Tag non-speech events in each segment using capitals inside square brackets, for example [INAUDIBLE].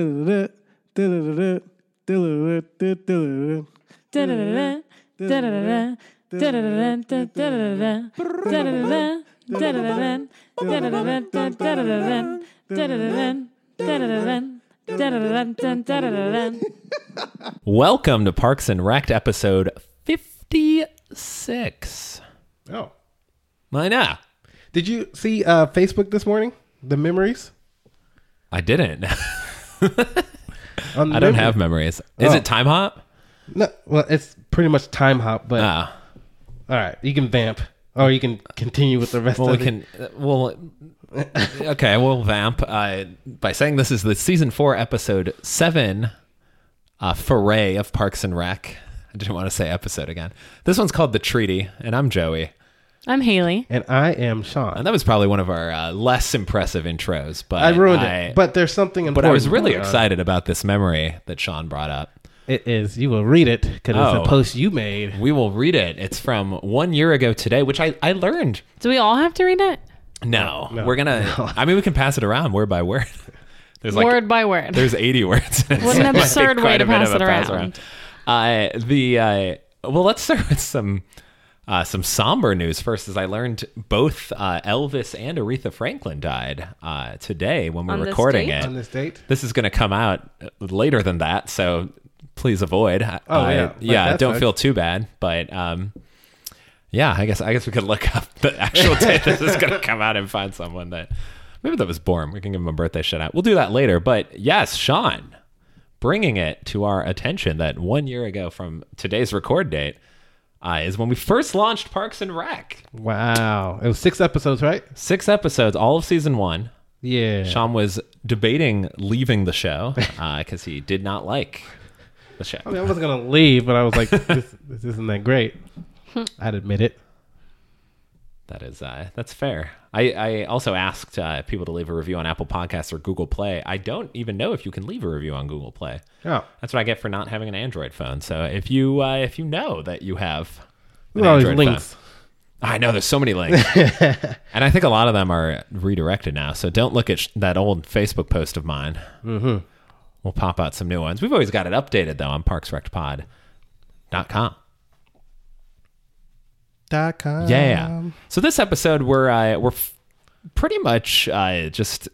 Da-da-da, da-da-da-da, da-da-da-da, da-da-da-da. Da-da-da-da, da-da-da-da, da-da-da-da, da-da-da-da, da-da-da-da, da-da-da-da, da-da-da-da, da-da-da-da, da-da-da-da, da-da-da-da, da-da-da-da, da-da-da-da. Welcome to Parks and Rec episode 56. Oh. I know. Did you see uh, Facebook this morning? The memories? I didn't. [LAUGHS] On I don't memory- have memories. Is Oh. it time hop? No, well, it's pretty much time hop, but Ah. all right, you can vamp or you can continue with the rest Well, of we it. can. uh, Well, [LAUGHS] okay. We'll vamp uh, by saying this is the season four, episode seven uh, foray of Parks and Rec. I didn't want to say episode again. This one's called The Treaty, and I'm Joey. I'm Haley. And I am Sean. And that was probably one of our uh, less impressive intros, but I ruined I- it, but there's something important. but I was really going on. excited about this memory that Sean brought up. It is. You will read it because Oh. it's a post you made. We will read it. It's from one year ago today, which I, I learned. Do we all have to read it? No, No. we're gonna. I mean, we can pass it around word by [LAUGHS] word. There's like Word by word. there's 80 words. What [LAUGHS] an absurd way to pass it around. Uh, the uh, well, let's start [LAUGHS] with some uh, some somber news first. As I learned, both uh, Elvis and Aretha Franklin died uh, today when we're On this recording date? it. On this date? This is going to come out later than that, so please avoid. Oh yeah. Like, that don't sucks. feel too bad, but um, yeah, I guess I guess we could look [LAUGHS] up the actual [LAUGHS] date this is going to come out and find someone that maybe that was born. We can give him a birthday shout out. We'll do that later, but yes, Sean, bringing it to our attention that one year ago from today's record date. Uh, is when we first launched Parks and Rec. Wow. It was six episodes, right? Six episodes, all of season one. Yeah. Sean was debating leaving the show [LAUGHS] because he did not like the show. I mean, I wasn't going to leave, but I was like, [LAUGHS] this, this isn't that great. I'd admit it. That is uh, that's fair. I, I also asked uh, people to leave a review on Apple Podcasts or Google Play. I don't even know if you can leave a review on Google Play. Oh. That's what I get for not having an Android phone. So if you uh, if you know that you have an Well, there's Android links. phone- I know there's so many [LAUGHS] links, and I think a lot of them are redirected now. So don't look at sh- that old Facebook post of mine. Mm-hmm. We'll pop out some new ones. We've always got it updated though on ParksRecPod.com. Dot com. Yeah. Um, so this episode, we're uh, we're f- pretty much uh, just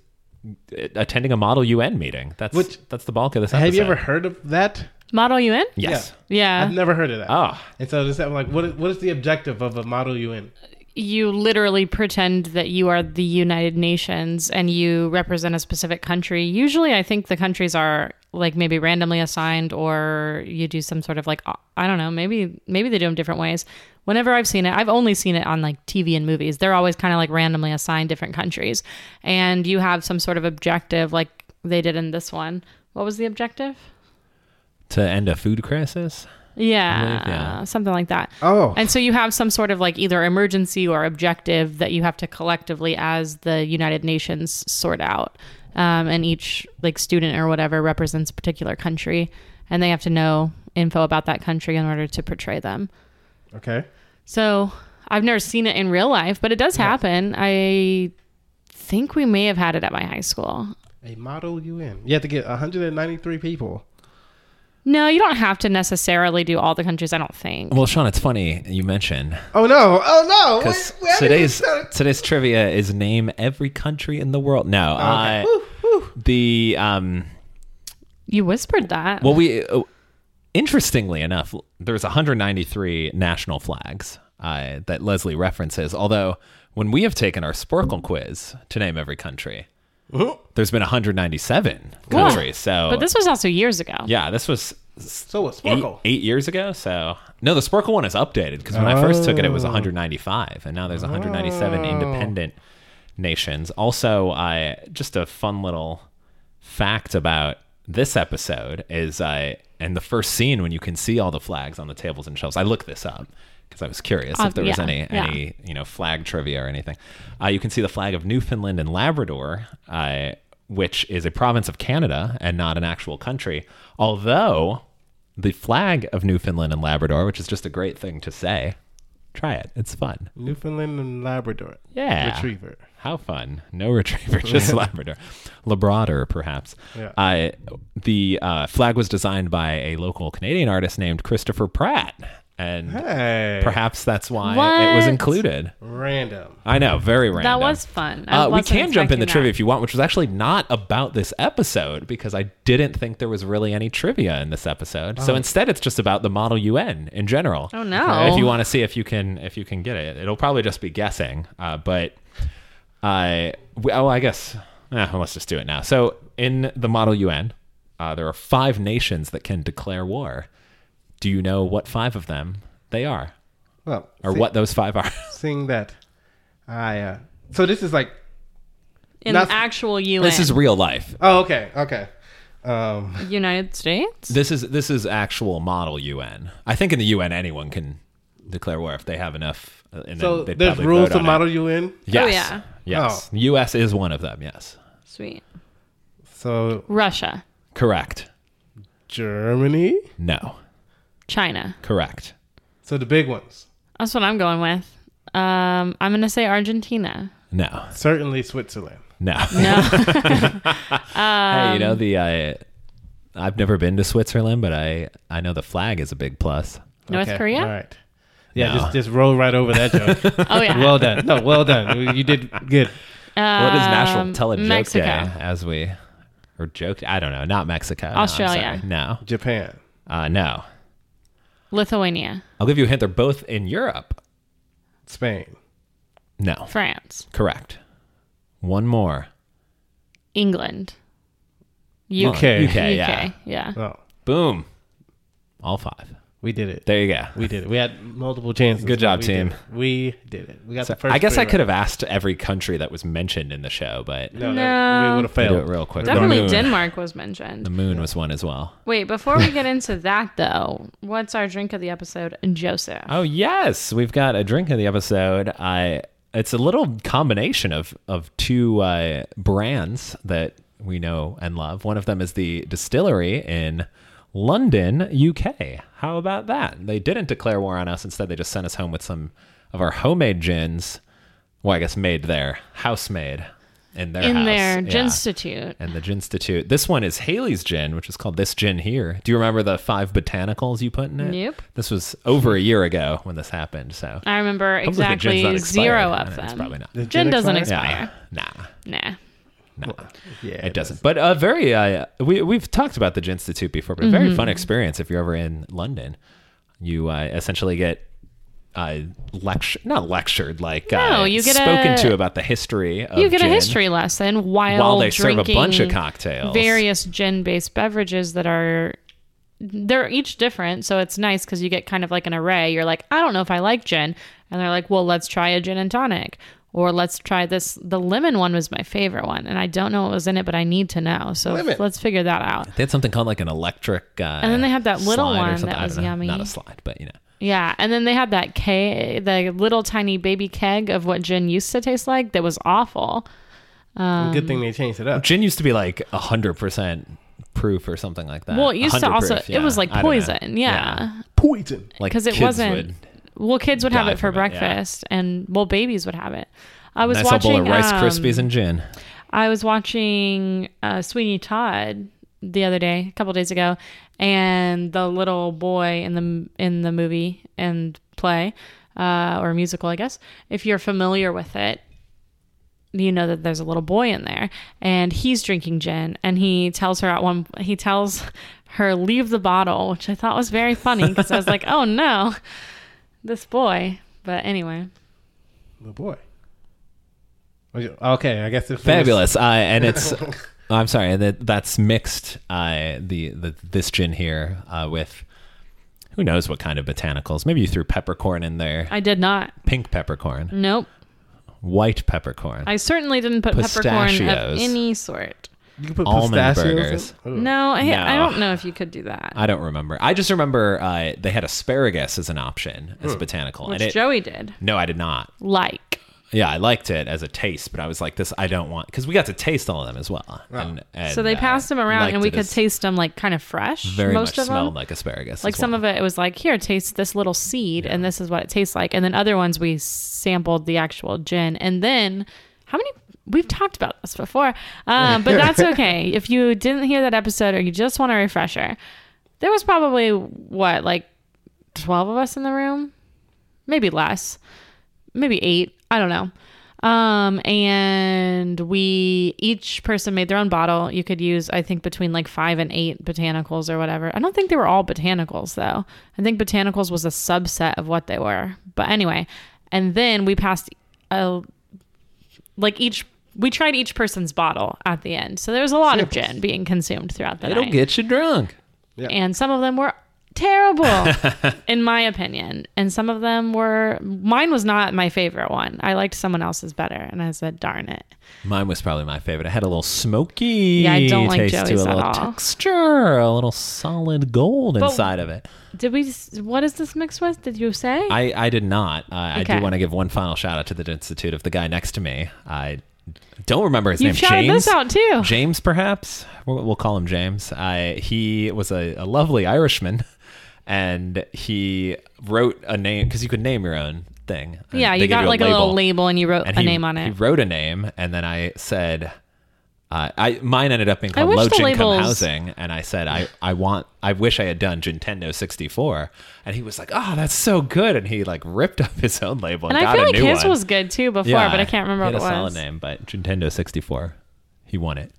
attending a Model UN meeting. That's Which- that's the bulk of this. Episode. Have you ever heard of that? Model UN? Yes. I've Yeah. never heard of that. Ah. And so just I'm like, what is, what is the objective of a model UN? You literally pretend that you are the United Nations and you represent a specific country. Usually, I think the countries are like maybe randomly assigned or you do some sort of like I don't know, maybe maybe they do them different ways. Whenever I've seen it, I've only seen it on like TV and movies. They're always kind of like randomly assigned different countries and you have some sort of objective like they did in this one. What was the objective? to end a food crisis? Yeah, believe, yeah. something like that. Oh. And so you have some sort of like either emergency or objective that you have to collectively, as the United Nations, sort out. Um, and each like student or whatever represents a particular country, and they have to know info about that country in order to portray them. Okay. So I've never seen it in real life, but it does happen. I think we may have had it at my high school. A model UN. You have to get 193 people. No, you don't have to necessarily do all the countries. I don't think. Well, Sean, it's funny you mention Oh no! Oh no! because Wait, wait, I didn't today's start- today's trivia is name every country in the world. No, uh, the um, You whispered that. well, we uh, interestingly enough, there's 193 national flags uh, that Leslie references. Although when we have taken our Sporkle quiz to name every country, there's been 197 Whoa. countries. So but this was also years ago. yeah, this was s- So a eight, sparkle. eight years ago. So no, the Sporkle one is updated because when I first took it, it was 195, and now there's 197 independent nations. Also, I just a fun little fact about this episode is I and the first scene when you can see all the flags on the tables and shelves. I looked this up because I was curious Uh, if there was yeah, any yeah. any you know flag trivia or anything. Uh, you can see the flag of Newfoundland and Labrador. Uh, which is a province of Canada and not an actual country. Although the flag of Newfoundland and Labrador, which is just a great thing to say, Try it. It's fun. Newfoundland and Labrador Yeah. retriever. How fun. No [LAUGHS] retriever, just Labrador. Labrador, perhaps. Yeah. Uh, the uh, flag was designed by a local Canadian artist named Christopher Pratt. And Hey, perhaps that's why it was What? included. random. I know, very random. That was fun. I Uh, we wasn't can jump in the expecting trivia that. if you want, which was actually not about this episode because I didn't think there was really any trivia in this episode. So instead, it's just about the Model UN in general. Oh, no. If you want to see if you can if you can get it, it'll probably just be guessing. Uh, but I we, oh I guess eh, well, let's just do it now. So in the Model UN, uh, there are five nations that can declare war. Do you know what five of them they are, Well, or see- what those five are? Seeing that, I uh, so this is like in Nothing- actual UN, this is real life. oh okay okay, um, United States. This is this is actual model UN. I think in the UN anyone can declare war if they have enough. uh, And so then they'd there's probably rules vote to on it. model UN. Yes. Oh, yeah. Yes. Oh. The U.S. is one of them. Yes. Sweet. So Russia, Correct. Germany. No. China. Correct. So the big ones That's what I'm going with. Um, I'm gonna say Argentina. No. certainly Switzerland. No. [LAUGHS] No, [LAUGHS] Um, hey, you know the uh, I've never been to Switzerland, but I I know the flag is a big plus. North Okay, Korea. All right. Yeah, No. just just roll right over [LAUGHS] that joke. Oh yeah. well done. No, well done. You- You did good. Well, it is National Um, Tell It Joke Mexico. Day, as we or joke. I don't know. Not Mexico. No, I'm Australia. sorry. No. Japan. Uh, no. Lithuania, I'll give you a hint. They're both in Europe. Spain. No. France, Correct. One more. England, UK, Okay. UK, yeah. UK, yeah. Oh, Boom. All five. we did it. There you go. We did it. We had multiple chances. Good job, but we did team. it. we did it. We got So the first. I guess three I could right. have asked every country that was mentioned in the show, but No, that- we No. would have we'll do it failed. real quick. the Definitely moon. Denmark was mentioned. The moon was one as well. Wait, before we [LAUGHS] get into that though, what's our drink of the episode? Joseph. Oh yes, we've got a drink in the episode. I it's a little combination of of two uh, brands that we know and love. One of them is the distillery in London, UK. How about that? They didn't declare war on us. Instead, they just sent us home with some of our homemade gins. Well, I guess made there, house made in their In house. their Yeah. Ginstitute. And the Ginstitute. This one is Haley's gin, which is called This Gin Here. Do you remember the five botanicals you put in it? Nope. This was over a year ago when this happened, so I remember Hopefully the gin's not exactly zero expired. of It's them. probably not. Did Gin gin doesn't expire? expire. Nah, Nah. nah, Yeah, it doesn't. But a very uh, we we've talked about the Ginstitute before, but a very Mm-hmm. fun experience if you're ever in London. You uh, essentially get uh, lecture, not lectured, like uh, No, you get spoken a- to about the history. of You get a gin history lesson while, while they serve a drinking bunch of cocktails. various gin-based beverages that are they're each different, so it's nice because you get kind of like an array. You're like, I don't know if I like gin, and they're like, well, let's try a gin and tonic, or let's try this. The lemon one was my favorite one, and I don't know what was in it, but I need to know. So Lemon. let's figure that out. They had something called like an electric. Uh, and then they had that little one that was yummy. Not a slide, but you know. Yeah, and then they had that keg, the little tiny baby keg of what gin used to taste like that was awful. Good thing they changed it up. Gin used to be like hundred percent proof or something like that. Well, it used to 100 also proof, it was yeah. like I don't know. poison, yeah, Poison. like because it kids wasn't. would. well, kids would have die it for from it, yeah. breakfast, and well, babies would have it. I was nice watching little bowl of Rice um, Krispies and gin. I was watching uh, Sweeney Todd the other day, a couple days ago, and the little boy in the in the movie and play uh, or musical, I guess. If you're familiar with it, you know that there's a little boy in there, and he's drinking gin, and he tells her at one he tells her leave the bottle, which I thought was very funny because I was like, oh no, this boy. But anyway, Little boy. Okay, I guess it's Fabulous. Uh, and it's. I'm sorry, and that that's mixed. Uh, the, the this gin here uh, with who knows what kind of botanicals. Maybe you threw peppercorn in there. I did not. Pink peppercorn, Nope. white peppercorn. I certainly didn't put peppercorn of Pistachios. any sort. You can put Almond pistachios burgers. in? Ooh. No, I, No. I don't know if you could do that, I don't remember. I just remember uh, they had asparagus as an option as a botanical, which and it. Joey did. no, I did not. Like, yeah, I liked it as a taste, but I was like, this I don't want because we got to taste all of them as well. And, and, So they uh, passed them around, liked and we it could as taste them like kind of fresh. very most much of smelled them. like asparagus. Like some of it, it was like, here, taste this little seed, and this is what it tastes like. And then other ones, we sampled the actual gin. And then, how many? We've talked about this before, [LAUGHS] um, but that's okay. if you didn't hear that episode or you just want a refresher, there was probably what, like 12 of us in the room? Maybe less, maybe eight. I don't know. Um, and we each person made their own bottle. You could use, I think, between like five and eight botanicals or whatever. I don't think they were all botanicals though. I think botanicals was a subset of what they were. But anyway, and then we passed a like each we tried each person's bottle at the end. So there was a lot of gin being consumed throughout the it'll night get you drunk. and some of them were [LAUGHS] terrible in my opinion and some of them were mine was not my favorite one i liked someone else's better and i said darn it Mine was probably my favorite. It had a little smoky Yeah, I don't like taste to it, Joey's a at little all. texture, a little solid gold But- inside of it. did we s- what is this mixed with did you say I, I did not. I I Okay. do want to give one final shout out to the Institute of the guy next to me. I don't remember his you name. shouted James. this out too James, perhaps we'll, we'll call him James. I, he was a, a lovely Irishman, and he wrote a name because you could name your own thing. And yeah they you gave got like a little label and you wrote and a he- name on He it wrote a name, and then I said, uh, "I mine ended up being I called wish low the income labels- housing," and I said, "I I want I wish I had done Gintendo sixty four, and he was like, "Oh, that's so good," and he like ripped up his own label and, and i got feel a like new his one. was good too before but i can't remember he what had it a solid was name, but Nintendo 64. He won it.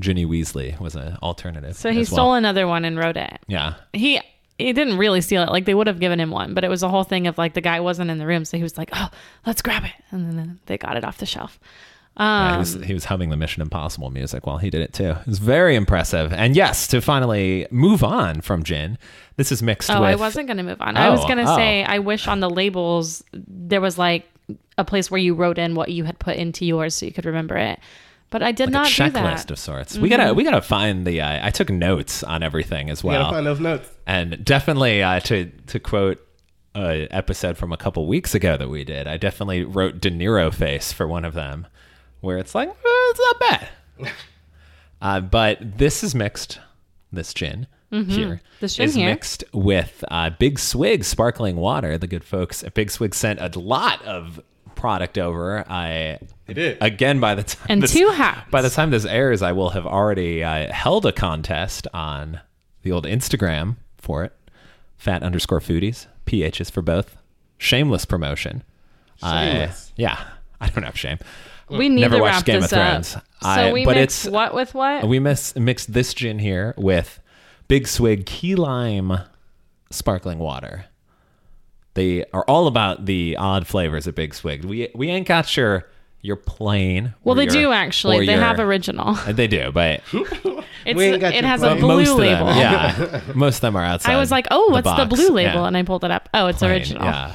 Ginny Weasley was an alternative. so he as well. stole another one and wrote it Yeah. he he didn't really steal it. Like they would have given him one, but it was a whole thing of like the guy wasn't in the room, so he was like, "Oh, let's grab it," and then they got it off the shelf. Yeah, he, Um, was, he was humming the Mission Impossible music while he did it too. It was very impressive. And yes, to finally move on from gin, this is mixed oh, with. I wasn't gonna move on. I was Oh, gonna oh. say I wish on the labels there was like a place where you wrote in what you had put into yours so you could remember it. But I did like not a do checklist that. Mm-hmm. of sorts. We gotta we gotta find the. Uh, I took notes on everything as You well. gotta find those notes. and definitely uh, to to quote an episode from a couple weeks ago that we did, I definitely wrote De Niro face for one of them, where it's like "Eh, it's not [LAUGHS] bad. uh, but this is mixed. This gin here Mm-hmm. This gin is here. mixed with uh, Big Swig sparkling water. The good folks at Big Swig sent a lot of product over. I They did. again by the [LAUGHS] time And this- two hats. by the time this airs, I will have already uh, held a contest on the old Instagram for it. Fat underscore foodies. PH is for both. Shameless promotion. I- Shameless. yeah. [LAUGHS] I don't have shame. We need Never to watched wrap Game of this up. Thrones. So I- we but mix it's- what with what? We mis- mixed this gin here with Big Swig Key Lime Sparkling Water. They are all about the odd flavors of Big Swig. We we ain't got your your plain. well, or they your- do or actually. They your- have original. [LAUGHS] They do, but It's, ain't got it your has a plan. But blue most label. Of them, [LAUGHS] yeah, most of them are outside. I was like, "Oh, what's the, box. blue label?" Yeah, And I pulled it up. Oh, it's plain, original. Yeah,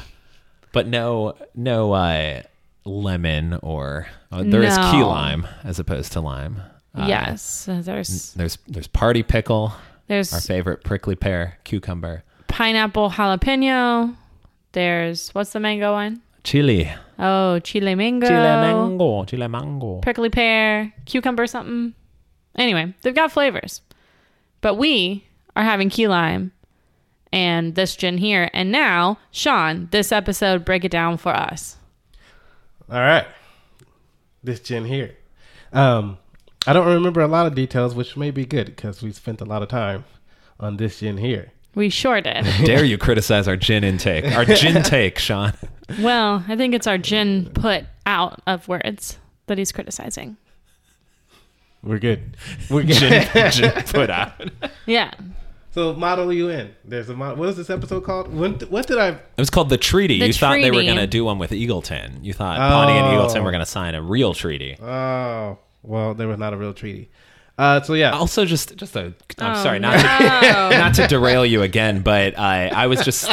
but no, no uh, lemon or uh, there is key No. lime as opposed to lime. Uh, yes, there's There's there's party pickle, our there's favorite prickly pear, cucumber, pineapple jalapeno. There's what's the mango one? chili, Oh, chile mango, chile mango, chile mango. prickly pear, cucumber something. Anyway, they've got flavors, but we are having key lime and this gin here. And now, Sean, this episode, break it down for us. All right. This gin here. Um, I don't remember a lot of details, which may be good because we spent a lot of time on this gin here. We sure did. [LAUGHS] [LAUGHS] Dare you criticize our gin intake? Our gin [LAUGHS] take, Sean. [LAUGHS] well, I think it's our gin put out of words that he's criticizing. We're good. [LAUGHS] We're good. Gin, gin put out. Yeah. so model UN. There's a model. What is this episode called? When, what did I? It was called the treaty. The you thought they were treaty. going to do one with Eagleton. You thought Pawnee and Oh. Eagleton were going to sign a real treaty. Oh, well, there was not a real treaty. Uh, so yeah. Also, just just a. I'm Oh, sorry, not to, [LAUGHS] not to derail you again, but I I was [LAUGHS] just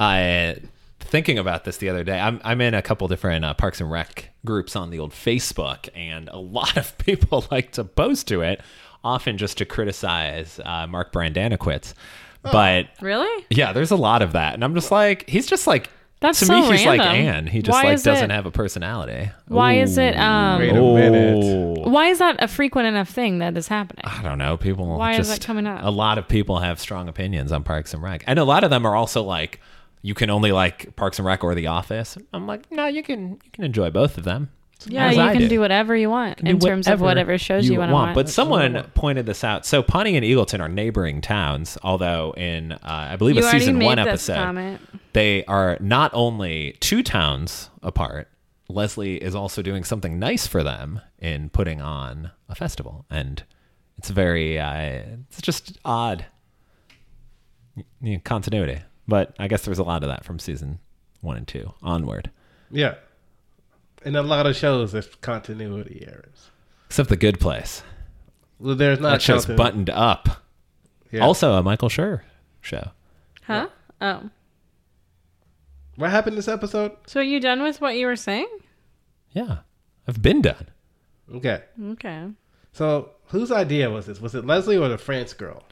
I thinking about this the other day. I'm I'm in a couple different uh, Parks and Rec groups on the old Facebook, and a [LAUGHS] lot of people [LAUGHS] like to post to it, often just to criticize uh, Mark Brandanowitz. But Really? yeah, there's a lot of that, and I'm just like he's just like That's To so me, he's random. like Anne. He just Why like is doesn't it- have a personality. Why is it, um, Wait a minute. Oh. Why is that a frequent enough thing that is happening? I don't know. People. Why is just, that coming up? A lot of people have strong opinions on Parks and Rec, and a lot of them are also like, you can only like Parks and Rec or The Office. I'm like, no, you can you can enjoy both of them. Yeah, As you I can do. do whatever you want in terms of whatever shows you, want to watch. But someone pointed this out. So Pawnee and Eagleton are neighboring towns, although in uh, I believe you a already season made one this episode, comment. they are not only two towns apart. Leslie is also doing something nice for them in putting on a festival, and it's very uh, it's just odd you know, continuity. But I guess there was a lot of that from season one and two onward, Yeah. In a lot of shows, there's continuity errors. except the Good Place. Well, there's not that show's continu- buttoned up. Yeah. Also, a Michael Schur show. Huh? Oh. What happened this episode? So are you done with what you were saying? Yeah, I've been done. Okay. Okay. So whose idea was this? Was it Leslie or the France girl?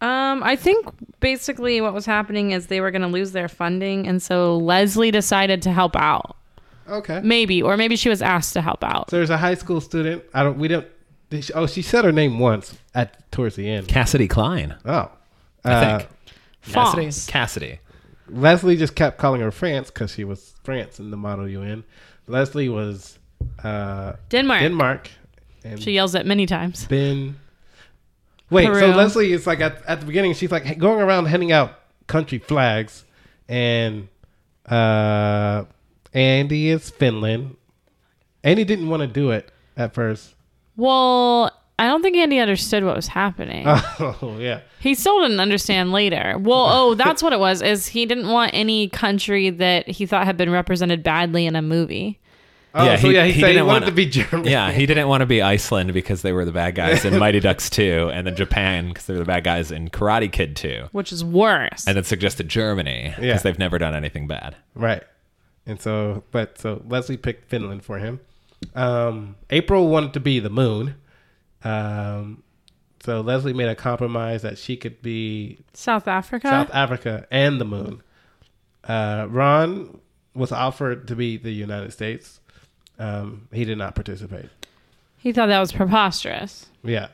Um, I think basically what was happening is they were going to lose their funding, and so Leslie decided to help out. Okay. Maybe, or maybe she was asked to help out. So there's a high school student. I don't. We don't. did she- oh, she said her name once at towards the end. Cassidy Klein, Oh. I think. False. Cassidy. Cassidy. Leslie just kept calling her France because she was France in the Model UN. Leslie was uh, Denmark. Denmark, and She yells it many times. Ben. Wait, so Peru. Leslie is like at, at the beginning, she's like going around handing out country flags, and uh, Andy is Finland. Andy didn't want to do it at first. [LAUGHS] Well, I don't think Andy understood what was happening. Oh yeah, He still didn't understand later. Well, oh, that's what it was. Is he didn't want any country that he thought had been represented badly in a movie. oh Yeah, so he- yeah, he, he said he didn't wanted wanna- to be German. Yeah, he didn't want to be Iceland because they were the bad guys [LAUGHS] in Mighty Ducks 2, and then Japan because they were the bad guys in Karate Kid 2, which is worse. and then suggested Germany because Yeah. they've never done anything bad. [LAUGHS] Right. And so, but so Leslie picked Finland for him. Um, April wanted to be the moon. Um, so Leslie made a compromise that she could be South Africa. South Africa and the moon. Uh, Ron was offered to be the United States. Um, he did not participate. he thought that was preposterous. Yeah.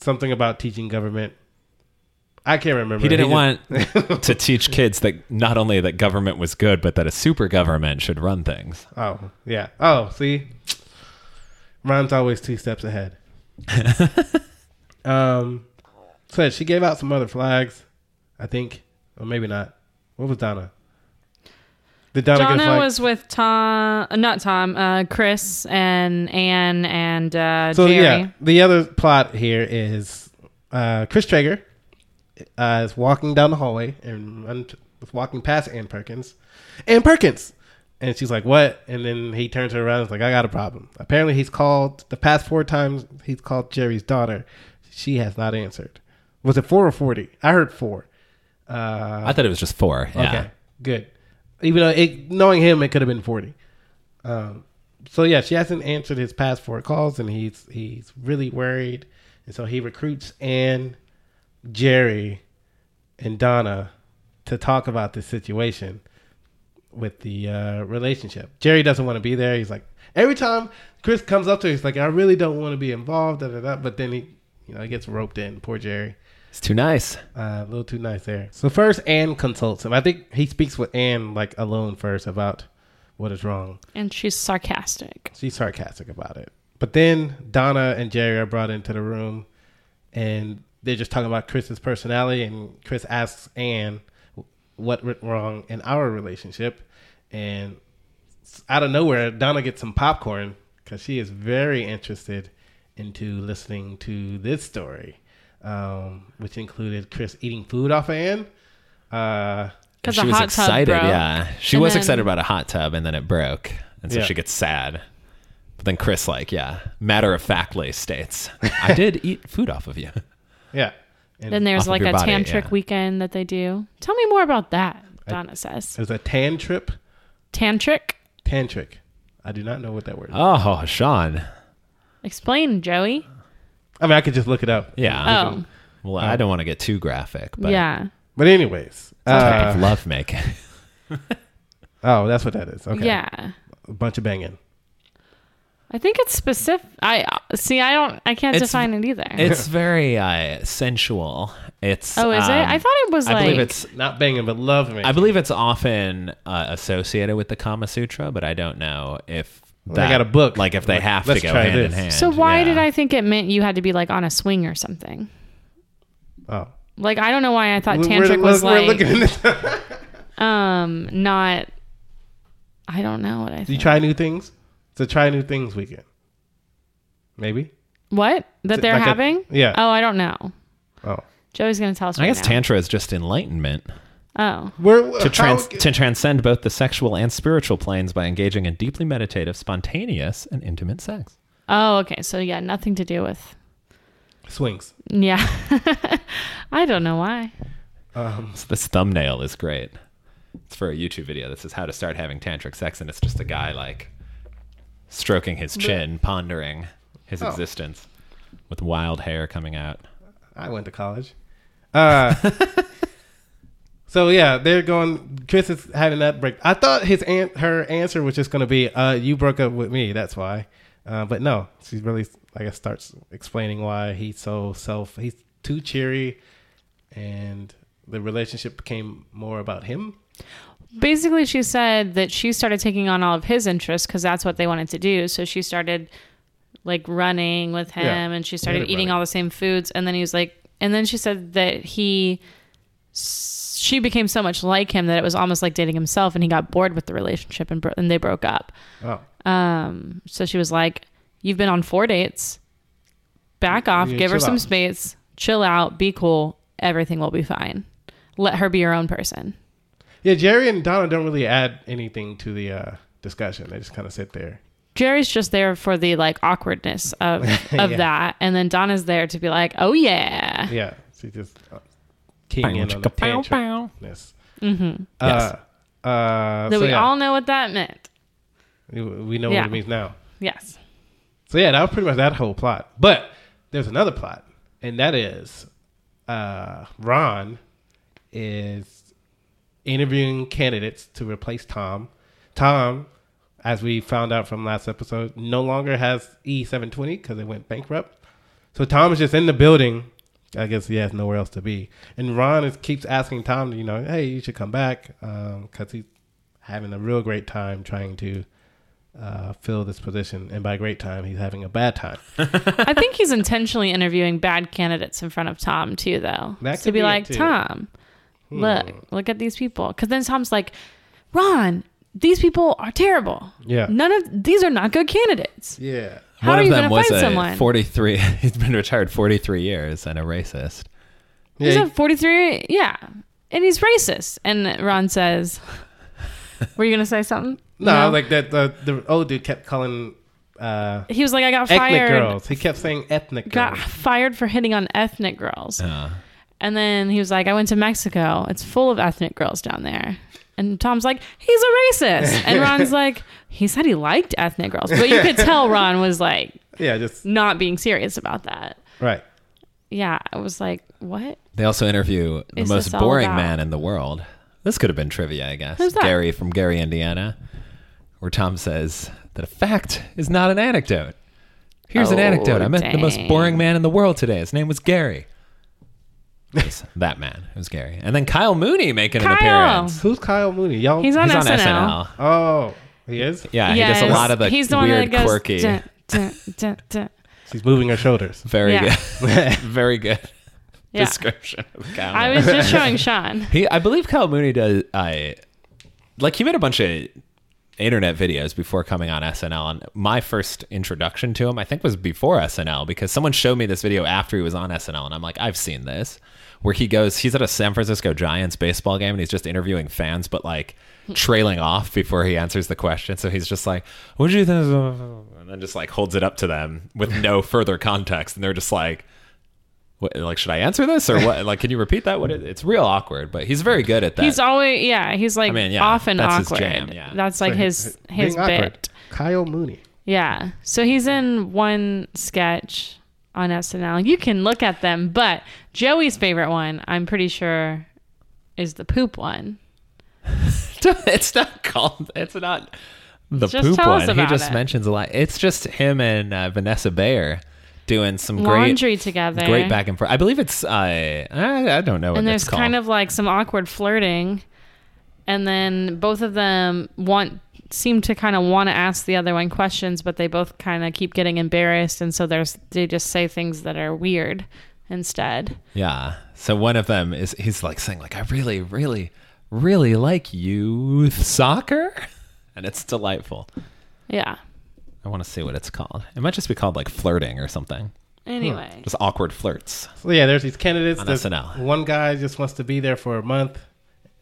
Something about teaching government. I can't remember. He didn't just- want [LAUGHS] to teach kids that not only that government was good, but that a super government should run things. Oh, yeah. Oh, see? Ron's always two steps ahead. um so she gave out some other flags, I think. Or maybe not. What was Donna? Did Donna, get a Donna flag? was with Tom, uh, not Tom, uh, Chris and Anne and uh, so Jerry. yeah, the other plot here is uh Chris Traeger uh, is walking down the hallway and run was walking past Ann Perkins. Ann Perkins! And she's like, "What?" And then he turns her around. and is like, "I got a problem." Apparently, he's called the past four times. He's called Jerry's daughter. She has not answered. Was it four or forty? I heard four. Uh, I thought it was just four. Yeah. Okay, good. Even though it, knowing him, it could have been forty. Um, so yeah, she hasn't answered his past four calls, and he's he's really worried. And so he recruits Anne, Jerry, and Donna to talk about this situation with the uh, relationship. Jerry doesn't want to be there. He's like every time Chris comes up to, her, he's like, "I really don't want to be involved." Da, da, da. But then he, you know, he gets roped in. Poor Jerry. It's too nice. Uh, a little too nice there. So first, Anne consults him. I think he speaks with Anne like alone first about what is wrong. and she's sarcastic. She's sarcastic about it. But then Donna and Jerry are brought into the room, and they're just talking about Chris's personality. And Chris asks Anne what went wrong in our relationship, and out of nowhere, Donna gets some popcorn because she is very interested into listening to this story, um, which included Chris eating food off of Anne. Uh, Because she a was hot excited. tub broke. Yeah, she And was then- excited about a hot tub, and then it broke, and so Yeah. she gets sad. But then Chris, like, yeah, matter of factly states, [LAUGHS] I did eat food off of you. yeah. And Then Off there's of like your a body, tantric yeah. weekend that they do. Tell me more about that. Donna says there's a tan trip, tantric. tantric. I do not know what that word. Is. Oh, Sean. Explain, Joey. I mean, I could just look it up. Yeah. Oh, Well, I don't want to get too graphic, but yeah. But anyways, type uh, of love making. Oh, that's what that is. Okay. Yeah. A bunch of banging. I think it's specific. I see. I don't. I can't It's- define it either. [LAUGHS] It's very uh, sensual. It's oh, is it? um, I thought it was I like. believe it's Not banging, but love me. I believe it's often uh, associated with the Kama Sutra, but I don't know if They got a book. Like if they Like, have let's to go try hand in this. hand. so why Yeah. did I think it meant you had to be like on a swing or something? oh. Like I don't know why I thought We're- tantric we're, was we're like looking at this. [LAUGHS] um not. I don't know what I Do you think. try new things? It's a try new things weekend. Maybe. what that they're like a- having? yeah. Oh, I don't know. Oh. Joey's gonna tell us. I right guess now. tantra is just enlightenment Oh, We're, uh, to trans- to transcend both the sexual and spiritual planes by engaging in deeply meditative, spontaneous, and intimate sex. oh, okay. So yeah, nothing to do with. swings. Yeah, [LAUGHS] I don't know why. Um, So this thumbnail is great. It's for a YouTube video. This is how to start having tantric sex, and it's just a guy like stroking his chin, pondering Oh. his existence, with wild hair coming out. I went to college. Uh, so yeah, they're going. Chris is having that break. I thought his an- her answer was just going to be, uh, "You broke up with me, that's why," uh, but no, she really I guess starts explaining why he's so self. He's too cheery, and the relationship became more about him. Basically, she said that she started taking on all of his interests because that's what they wanted to do. So she started like running with him Yeah. and she started Hated eating running. all the same foods. And then he was like, and then she said that he, s- she became so much like him that it was almost like dating himself and he got bored with the relationship and, bro- and they broke up. Oh, Um, so she was like, You've been on four dates. Back off, Yeah, give her chill some out. space, chill out, be cool. Everything will be fine. Let her be your own person. yeah. Jerry and Donna don't really add anything to the uh, discussion. They just kind of sit there. Jerry's just there for the like awkwardness of of [LAUGHS] Yeah. that, and then Donna's there to be like, "Oh yeah, Yeah, she just uh, keying in on the Bow, tantrumness. bow. Uh, uh, Mm-hmm. that so we yeah. all know what that meant." We- We know Yeah. what it means now. Yes. So yeah, that was pretty much that whole plot. But there's another plot, and that is uh, Ron is interviewing candidates to replace Tom. Tom, as we found out from last episode, no longer has E E720 because it went bankrupt. So Tom is just in the building. I guess he has nowhere else to be. And Ron is keeps asking Tom, you know, hey, you should come back because he's having a real great time trying to uh, fill this position. And by great time, he's having a bad time. I think [LAUGHS] he's intentionally interviewing bad candidates in front of Tom too, though, That to could be, be it, like, too. Hmm. Tom, look, look at these people, because then Tom's like, Ron, these people are terrible. Yeah. None of these are not good candidates. Yeah. How One are of you them going to was a find someone? 43. [LAUGHS] He's been retired 43 years and a racist. He's Yeah. a 43. Yeah. And he's racist. And [LAUGHS] Ron says, Were you going to say something? No, like that the, the old dude kept calling uh, he was like, I got ethnic fired. girls. He kept saying ethnic Got girls. fired for hitting on ethnic girls. Uh, And then he was like, I went to Mexico. It's full of ethnic girls down there. And Tom's like, he's a racist. [LAUGHS] And Ron's like, he said he liked ethnic girls. But you could tell Ron was like Yeah, just not being serious about that. right. Yeah. I was like, what? they also interview the Is most this all boring about- man in the world. This could have been trivia, I guess. Who's that? Gary from Gary, Indiana, where Tom says that a fact is not an anecdote. Here's an Oh, anecdote. I met the most dang. boring man in the world today. His name was Gary. It was [LAUGHS] that man. It was Gary. And then Kyle Mooney making an Kyle! appearance. Who's Kyle Mooney? Y'all. He's on, He's on SNL. SNL. oh, he is. Yeah, he does a lot of the, He's weird, quirky. dun, dun, dun, [LAUGHS] dun. She's moving her shoulders. Very Yeah. good. [LAUGHS] Very good Yeah. description of Kyle. I was just [LAUGHS] showing Sean. he, I believe Kyle Mooney does. I like he made a bunch of internet videos before coming on SNL. And my first introduction to him, I think, was before SNL because someone showed me this video after he was on SNL, and I'm like, I've seen this. Where he goes, he's at a San Francisco Giants baseball game, and he's just interviewing fans, but like trailing off before he answers the question. So he's just like, "What do you think?" of-" And then just like holds it up to them with no further context, and they're just like what, like should I answer this or what? Like, can you repeat that? What? it- It's real awkward, but he's very good at that. He's always yeah. He's like I mean, yeah, often that's his awkward. jam, yeah. That's like his his Being awkward. bit. Kyle Mooney. Yeah. So he's in one sketch on SNL. You can look at them, but Joey's favorite one, I'm pretty sure, is the poop one. [LAUGHS] it's not called. It's not the Just poop tell us one. He about just it. mentions a lot. It's just him and uh, Vanessa Bayer doing some Laundry great together. Great back and forth. I believe it's uh, I, I don't know what and it's there's called. kind of like some awkward flirting and then both of them want seem to kind of want to ask the other one questions but they both kind of keep getting embarrassed and so there's they just say things that are weird instead yeah. So one of them is he's like saying like I really really really like youth soccer, [LAUGHS] and it's delightful. yeah I want to see what it's called. It might just be called like flirting or something. anyway Just awkward flirts. So yeah, there's these candidates. On There's SNL. One guy just wants to be there for a month,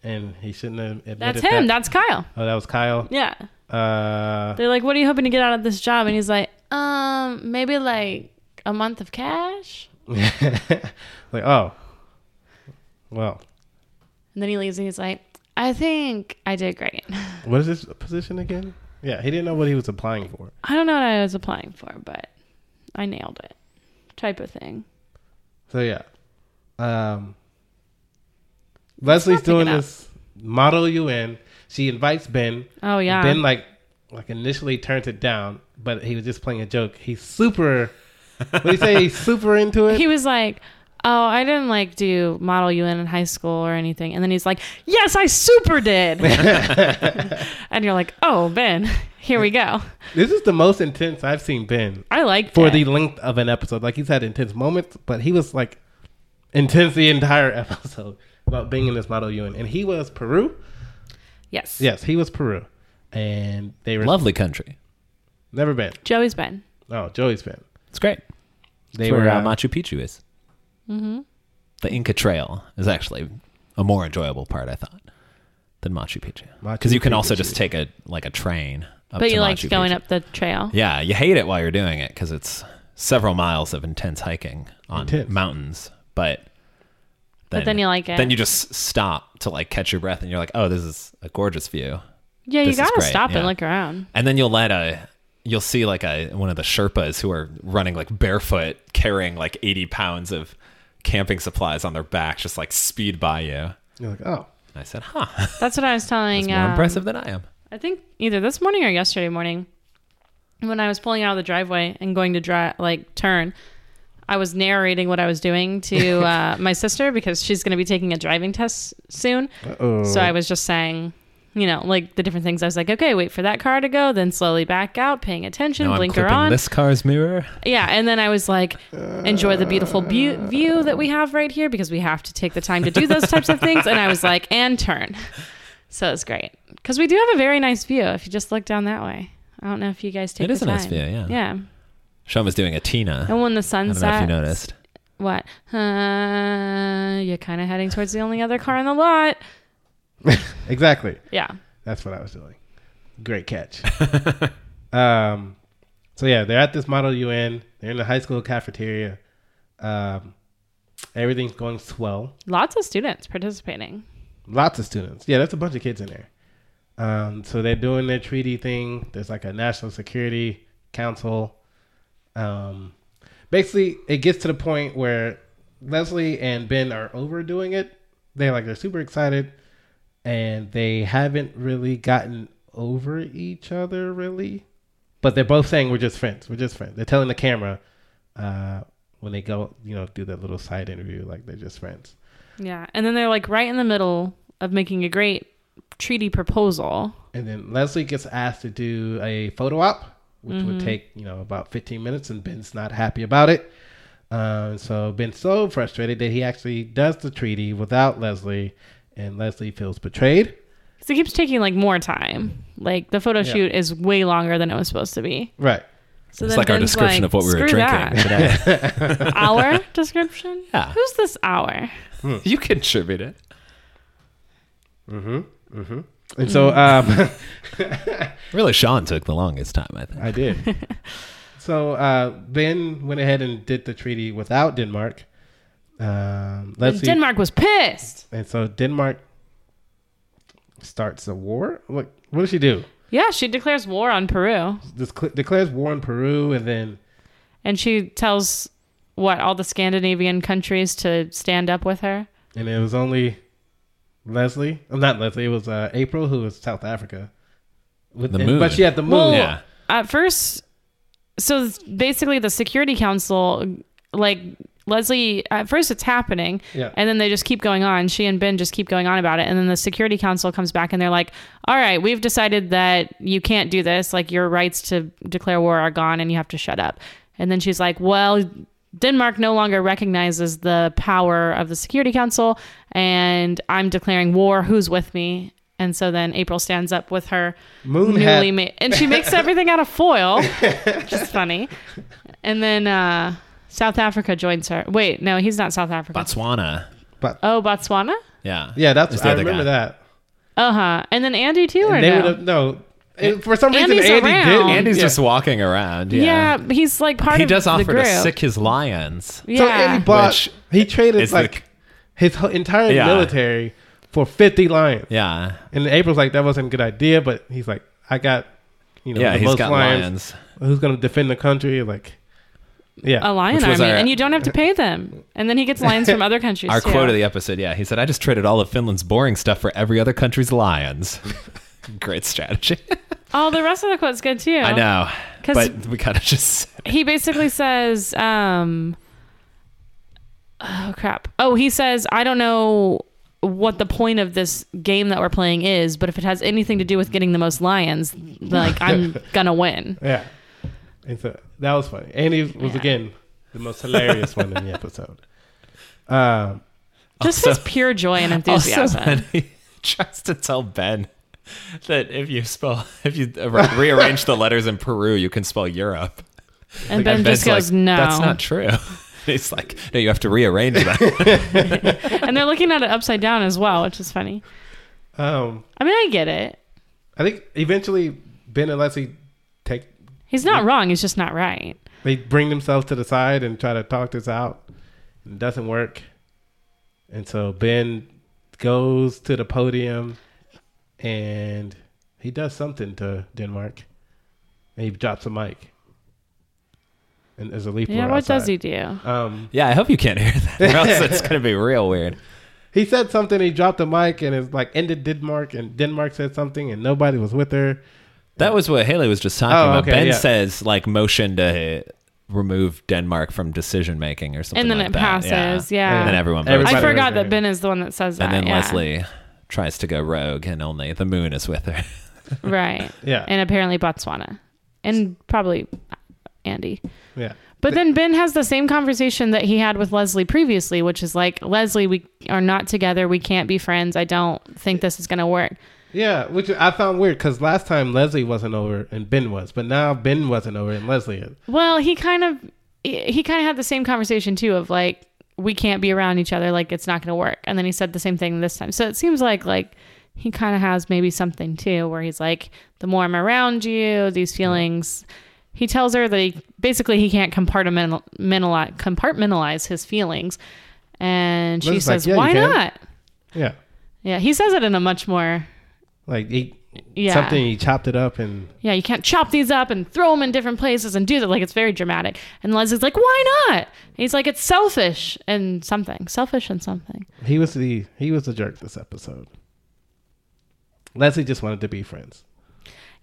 and he shouldn't have admitted that's him That. that's kyle oh, that was Kyle. yeah Uh, they're like what are you hoping to get out of this job and he's like um maybe like a month of cash Uh, [LAUGHS] like, oh, well, and then he leaves and he's like i think i did great [LAUGHS] what is this position again? Yeah, he didn't know what he was applying for. I don't know what I was applying for, but I nailed it. Type of thing. So yeah, um, Leslie's not picking doing up. this model UN. She invites Ben. Oh yeah. Ben like like initially turns it down, but he was just playing a joke. He's super. what do you say? He's super into it. he was like, "Oh, I didn't like do model UN in high school or anything." And then he's like, "Yes, I super [LAUGHS] did." and you're like, "Oh, Ben, [LAUGHS] here we go." This is the most intense I've seen Ben I like for the length of an episode. Like he's had intense moments, but he was like intense the entire [LAUGHS] episode about being in this model UN. And he was Peru. yes. Yes, he was Peru. And they were Lovely country. never been. Joey's Ben. Oh, Joey's been. It's great. They It's were where uh, uh, Machu Picchu is. Mm-hmm. The Inca Trail is actually a more enjoyable part, I thought, than Machu Picchu. Machu Because you can also Picchu. just take a like a train. Up But to you Machu liked going Picchu. up the trail. Yeah, you hate it while you're doing it because it's several miles of intense hiking on Intense. mountains, but. But then you like it. Then you just stop to like catch your breath, and you're like, "Oh, this is a gorgeous view." Yeah, you This is gotta great, stop yeah. and look around. And then you'll let a you'll see like a one of the Sherpas who are running like barefoot, carrying like eighty pounds of camping supplies on their backs, just like speed by you. And You're like, oh, I said, huh, [LAUGHS] That's what I was telling. it's more um, impressive than I am. I think either this morning or yesterday morning, when I was pulling out of the driveway and going to drive, like turn, I was narrating what I was [LAUGHS] doing to uh, my sister because she's going to be taking a driving test soon. Uh-oh. Oh. So I was just saying, you know, like the different things. I was like, okay, wait for that car to go, then slowly back out, paying attention, Now I'm blinker clipping on. this car's mirror. Yeah, and then I was like, enjoy the beautiful bu- view that we have right here because we have to take the time to do those types of things. And I was like, and turn. So it's great because we do have a very nice view if you just look down that way. I don't know if you guys take. It is the a nice time. view, yeah. Yeah, Sean was doing a Tina. and when the I sun don't know if sets, you noticed. [LAUGHS] what? Uh, you're kind of heading towards the only other car in the lot. exactly. Yeah, That's what I was doing. Great catch. um, so yeah, they're at this Model UN. They're in the high school cafeteria. Um, everything's going swell. lots of students participating. Lots of students. Yeah, that's a bunch of kids in there. Um, so they're doing their treaty thing. There's like a national security council. Um, basically, it gets to the point where Leslie and Ben are overdoing it. They're like they're super excited, and they haven't really gotten over each other really. But they're both saying we're just friends. We're just friends. They're telling the camera uh, when they go, you know, do that little side interview, like they're just friends. Yeah, and then they're like right in the middle of making a great treaty proposal. And then Leslie gets asked to do a photo op, which would take, you know, about 15 minutes, and Ben's not happy about it. Um, so Ben's so frustrated that he actually does the treaty without Leslie, and Leslie feels betrayed. So it keeps taking like more time. Like the photo Yeah. shoot is way longer than it was supposed to be. Right. So It's then like our Ben's description like, of what we were "Screw drinking that." today. [LAUGHS] our description? Yeah. Who's this our? you contribute it. And so um, [LAUGHS] Really, Sean took the longest time, I think. I did. [LAUGHS] so uh, Ben went ahead and did the treaty without Denmark. Um, And Leslie, Denmark was pissed. And so Denmark starts a war. What, what does she do? Yeah, she declares war on Peru. Just cl- declares war on Peru, and then And she tells what all the Scandinavian countries to stand up with her. and it was only Leslie, oh, not Leslie. It was uh, April, who was South Africa. With The moon. but she had the moon. Well, Yeah. at first, so th- basically, the Security Council, like Leslie, at first it's happening, Yeah. and then they just keep going on. She and Ben just keep going on about it, and then the Security Council comes back and they're like, "All right, we've decided that you can't do this. Like your rights to declare war are gone, and you have to shut up." And then she's like, "Well." Denmark no longer recognizes the power of the Security Council, and I'm declaring war. Who's with me? And so then April stands up with her Moon hat. newly made, and she makes everything out of foil, which is funny. And then uh, South Africa joins her. Wait, no, he's not South Africa. Botswana. oh, Botswana. Yeah. yeah, that's It's the I other remember guy. that. Uh huh. And then Andy too, or And they no? would have no. It- for some reason, Andy's Andy around. did. Andy's yeah. just walking around. yeah. Yeah. but he's like part He of does the offer group. to sick his lions. Yeah. So Andy bought. Which he traded is the- like his whole entire Yeah. military for fifty lions. Yeah. And April's like, that wasn't a good idea, but he's like, I got, you know, Yeah, the he's most got lions. lions. Who's gonna defend the country? Like, yeah, a lion Which army, was our- and you don't have to pay them. And then he gets lions from other countries. Our too. quote of the episode, yeah. He said, I just traded all of Finland's boring stuff for every other country's lions. [LAUGHS] Great strategy. oh, the rest of the quote's good too. I know. 'Cause- But we kind of [LAUGHS] just. he basically says, um, oh crap. Oh, he says, I don't know what the point of this game that we're playing is, but if it has anything to do with getting the most lions, like [LAUGHS] I'm gonna win. yeah. And so that was funny. Andy was again the most hilarious one in the episode. Um, Just Also- his pure joy and [LAUGHS] Also, enthusiasm. when [LAUGHS] he tries to tell Ben that if you spell, if you [LAUGHS] re- rearrange the letters in Peru, you can spell Europe. and Ben And just Ben's goes, like, no. That's not true. [LAUGHS] He's like, no, you have to rearrange [LAUGHS] that. and they're looking at it upside down as well, which is funny. um, I mean, I get it. I think eventually Ben and Leslie take He's not wrong. He's just not right. they bring themselves to the side and try to talk this out. It doesn't work. And so Ben goes to the podium and he does something to Denmark. And he drops a mic. And there's a leaf. Yeah, blower what does he outside. do? Um, yeah, I hope you can't hear that, or else [LAUGHS] it's going to be real weird. he said something. He dropped a mic, and it's like ended Denmark. And Denmark said something, and nobody was with her. That was what Haley was just talking Oh, about. okay, ben yeah. says, like, motion to remove Denmark from decision making or something And then like it that. passes, yeah. And then everyone votes Everybody I for it. forgot right. that Ben is the one that says that. And then yeah. Leslie tries to go rogue, and only the moon is with her. [LAUGHS] [LAUGHS] Right. Yeah, and apparently Botswana, and probably Andy. yeah. But then Ben has the same conversation that he had with Leslie previously, which is like, Leslie, we are not together. We can't be friends. I don't think this is going to work. Yeah, which I found weird because last time Leslie wasn't over and Ben was, but now Ben wasn't over and Leslie is. Well, he kind of he kind of had the same conversation too of like we can't be around each other like it's not going to work. And then he said the same thing this time. So it seems like like he kind of has maybe something too where he's like the more I'm around you, these feelings he tells her that he basically he can't compartmental mentali- compartmentalize his feelings. And she Liz is like, says, "Yeah, you "Why can." not?" Yeah, Yeah, he says it in a much more like he yeah. something he chopped it up and yeah, you can't chop these up and throw them in different places and do that. Like, it's very dramatic. And Leslie's like, why not? And he's like, it's selfish and something. Selfish and something. he was the he was the jerk this episode. Leslie just wanted to be friends.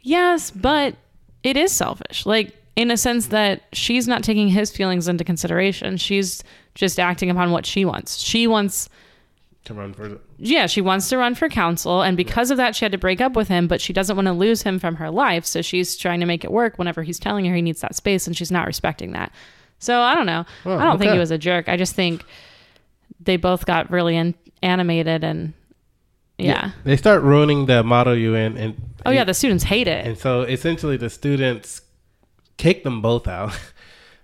Yes, but it is selfish. Like, in a sense that she's not taking his feelings into consideration. She's just acting upon what she wants. She wants, To run for yeah, she wants to run for council. And because of that, she had to break up with him, but she doesn't want to lose him from her life. So she's trying to make it work whenever he's telling her he needs that space and she's not respecting that. So I don't know. I don't think Oh, okay. he was a jerk. I just think they both got really in- animated and yeah. they start ruining the model you in and Oh yeah, the students hate it. and so essentially the students kick them both out. [LAUGHS]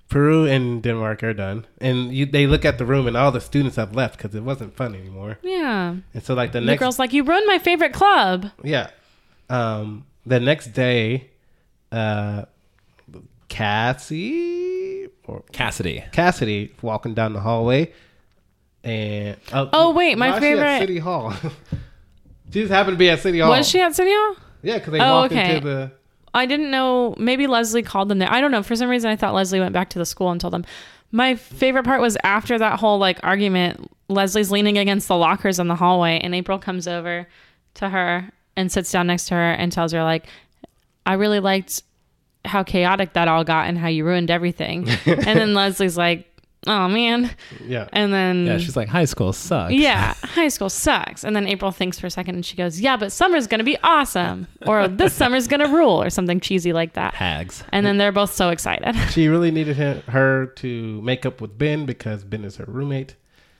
Peru and Denmark are done, and you, they look at the room and all the students have left because it wasn't fun anymore. yeah. And so like the The next girl's like, "You ruined my favorite club." Yeah. Um, the next day, uh, Cassie or Cassidy. Cassidy walking down the hallway, and uh, Oh, wait, my why is she at favorite- City Hall. [LAUGHS] she just happened to be at City Hall. Was she at City Hall? Yeah, because they Oh, walked okay. into the. I didn't know. Maybe Leslie called them there. I don't know. For some reason, I thought Leslie went back to the school and told them. My favorite part was after that whole like argument, Leslie's leaning against the lockers in the hallway, and April comes over to her and sits down next to her and tells her, like, I really liked how chaotic that all got and how you ruined [LAUGHS] everything. and then Leslie's like, oh man. Yeah. And then, Yeah, she's like, high school sucks. yeah, high school sucks. And then April thinks for a second and she goes, yeah, but summer's going to be awesome. Or this summer's going to rule or something cheesy like that. Hags. And then they're both so excited. She really needed him, her to make up with Ben because Ben is her roommate.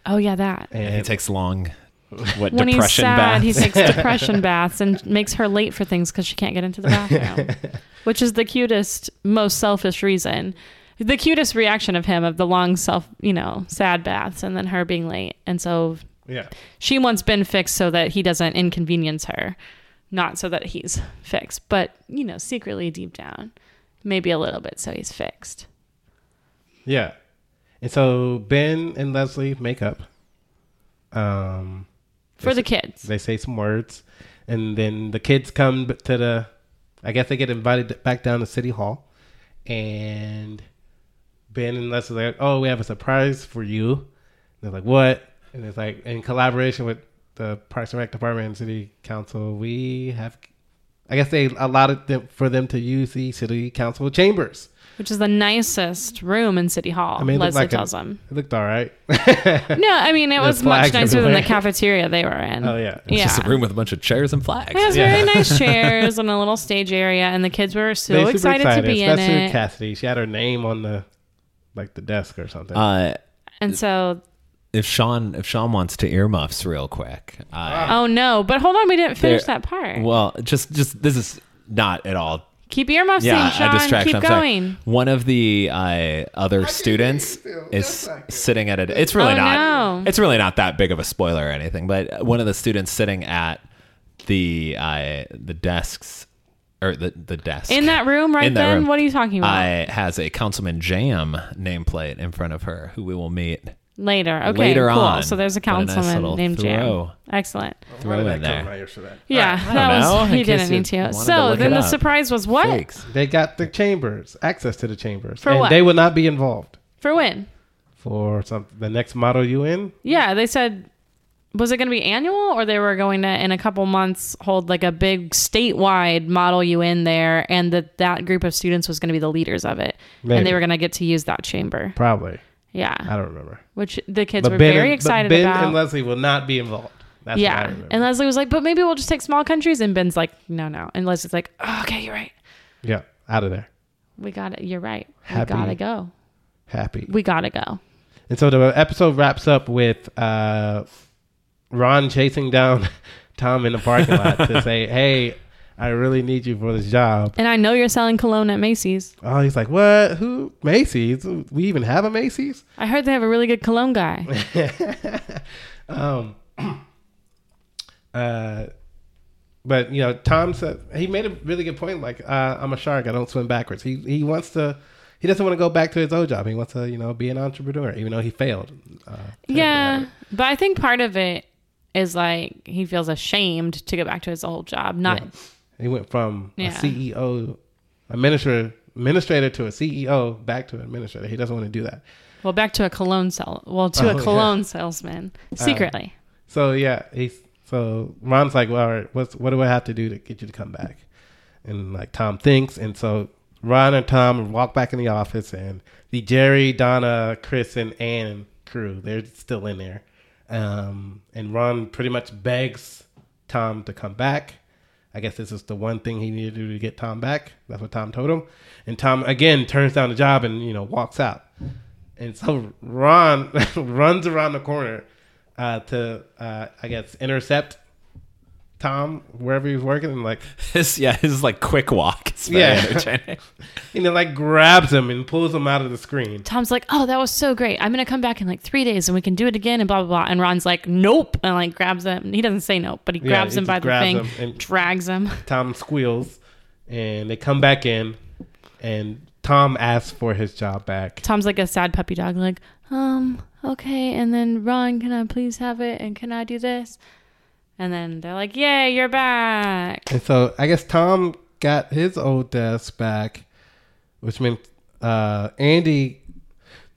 oh, yeah, that. And And he takes long, what, when depression he's sad, baths? he takes [LAUGHS] depression baths and makes her late for things because she can't get into [LAUGHS] the bathroom, which is the cutest, most selfish reason. The cutest reaction of him of the long self, you know, sad baths and then her being late. And so yeah. she wants Ben fixed so that he doesn't inconvenience her, not so that he's fixed, but, you know, secretly deep down, maybe a little bit so he's fixed. Yeah. And so Ben and Leslie make up. Um, For the kids. they say some words, and then the kids come b- to the. I guess they get invited back down to City Hall, and Ben and Leslie are like, "Oh, we have a surprise for you." And they're like, "What?" And it's like, in collaboration with the Parks and Rec Department and City Council, we have. I guess they allotted them for them to use the City Council chambers. Which is the nicest room in City Hall, I mean, it looked Leslie like a- tells them. It looked all right. No, I mean it was much flags nicer than the everywhere. cafeteria they were in. Oh, yeah. It's yeah. Just a room with a bunch of chairs and flags. It has very nice chairs and a little stage area, and the kids were so They're super excited, to be in especially it. Cassidy. She had her name on the like the desk or something. Uh, And so, if Sean if Sean wants to earmuffs real quick, uh, oh no! But hold on, we didn't finish There- that part. well, just just this is not at all keep earmuffs yeah, in, Sean. a distraction. Keep I'm sorry. going. One of the uh, other students is sitting at a. It's really Oh, not. no. It's really not that big of a spoiler or anything. But one of the students sitting at the uh, the desks or the the desk In that room right In that then. room. What are you talking about? uh, has a councilman Jam nameplate in front of her, who we will meet. later. Okay. later cool. on. So there's a Put a nice councilman little named throw. Jam. Excellent. Why did Throw in that come there. right after that? Yeah, I don't that know, was in he case didn't you need to. wanted to So look then it the up. surprise was what [LAUGHS] Fakes. They got the chambers, access to the chambers, For and what? they would not be involved for when? for some the next model UN. Yeah, they said was it going to be annual or they were going to in a couple months hold like a big statewide model UN there and that that group of students was going to be the leaders of it and Maybe. they were going to get to use that chamber. Probably, Yeah. I don't remember. Which the kids Uh, But were Ben very and- excited but Ben about. and Leslie will not be involved. That's what I yeah. remember. And Leslie was like, "But maybe we'll just take small countries." And Ben's like, "No, no." And Leslie's like, oh, "Okay, you're right. yeah, out of there, We got to You're right. Happy. We got to go. happy. We got to go." And so the episode wraps up with uh, Ron chasing down [LAUGHS] Tom in the parking lot to say, [LAUGHS] "Hey, I really need you for this job." And I know you're selling cologne at Macy's. Oh, he's like, "What? Who? Macy's? We even have a Macy's?" I heard they have a really good cologne guy. Um, uh, but you know, Tom said he made a really good point. Like, uh, I'm a shark. I don't swim backwards. He he wants to. He doesn't want to go back to his old job. He wants to, you know, be an entrepreneur, even though he failed. Uh, Yeah, but I think part of it is like he feels ashamed to go back to his old job. Not he went from a Yeah. CEO, a minister, administrator to a CEO, back to an administrator. He doesn't want to do that. well back to a cologne sell, well to Oh, a yeah. Uh, cologne salesman secretly. So yeah, he's so Ron's like, well, all right, what's what do I have to do to get you to come back? And like Tom thinks, and so Ron and Tom walk back in the office, and the Jerry, Donna, Chris, and Ann crew they're still in there, um, and Ron pretty much begs Tom to come back. I guess this is the one thing he needed to do to get Tom back. That's what Tom told him, and Tom again turns down the job and you know walks out. And so Ron [LAUGHS] runs around the corner uh, to, uh, I guess, intercept Tom wherever he's working, and like, [LAUGHS] His yeah, his like quick walk. It's very Yeah. entertaining. [LAUGHS] you know, like grabs him and pulls him out of the screen. Tom's like, "Oh, that was so great. I'm gonna come back in like three days and we can do it again." And blah blah blah. And Ron's like, "Nope," and like grabs him. He doesn't say nope, but he Yeah, grabs he him just by the grabs thing, him and- drags him. [LAUGHS] Tom squeals, and they come back in, and Tom asks for his job back. Tom's like a sad puppy dog, like, um, okay, and then Ron, can I please have it? And can I do this? And then they're like, "Yay, you're back!" And so I guess Tom got his old desk back, which meant uh, Andy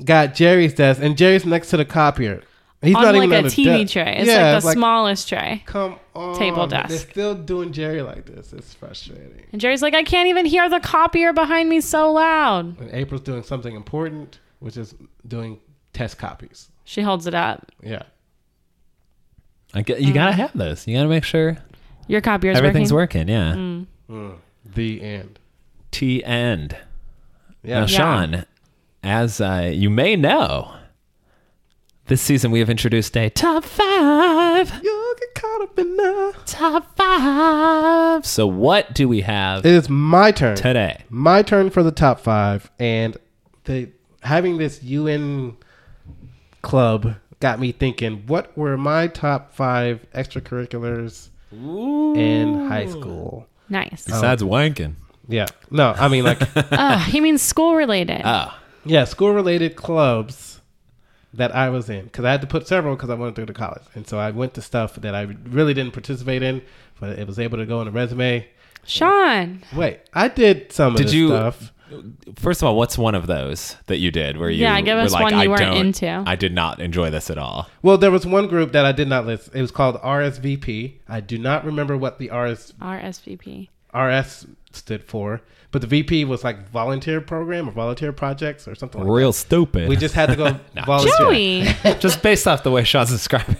got Jerry's desk, and Jerry's next to the copier. He's on not like even a on the TV deck. tray. It's Yeah, like it's the smallest tray. Come on, Table They're desk. still doing Jerry like this. It's frustrating. And Jerry's like, I can't even hear the copier behind me so loud. And April's doing something important, which is doing test copies. She holds it up. Yeah. I get, you gotta have those. You gotta make sure Your copier's everything's Mm. working. Mm. working. Yeah. The end. T end. Yeah. Now, Sean, as uh, you may know, this season we have introduced a top five. You'll get caught up in the. Top five. So, what do we have It is my turn. today? my turn for the top five, and the having this UN club got me thinking. What were my top five extracurriculars in high school? [LAUGHS] Nice. Besides wanking. Yeah, no, I mean [LAUGHS] like Ugh, he means school related. Oh, yeah, school related clubs that I was in because I had to put several because I wanted to go to college, and so I went to stuff that I really didn't participate in, but it was able to go on a resume. Sean, Wait, I did some of Did this you- stuff. first of all, what's one of those that you did where you Yeah, give were us like, one I you weren't don't- into. I did not enjoy this at all. Well, there was one group that I did not list. It was called RSVP. I do not remember what the RS, RSVP. RS stood for, but the VP was like volunteer program or volunteer projects or something like Real stupid. that. We just had to go [LAUGHS] Oh, volunteer. [LAUGHS] Joey, [LAUGHS] just based off the way Sean's describing.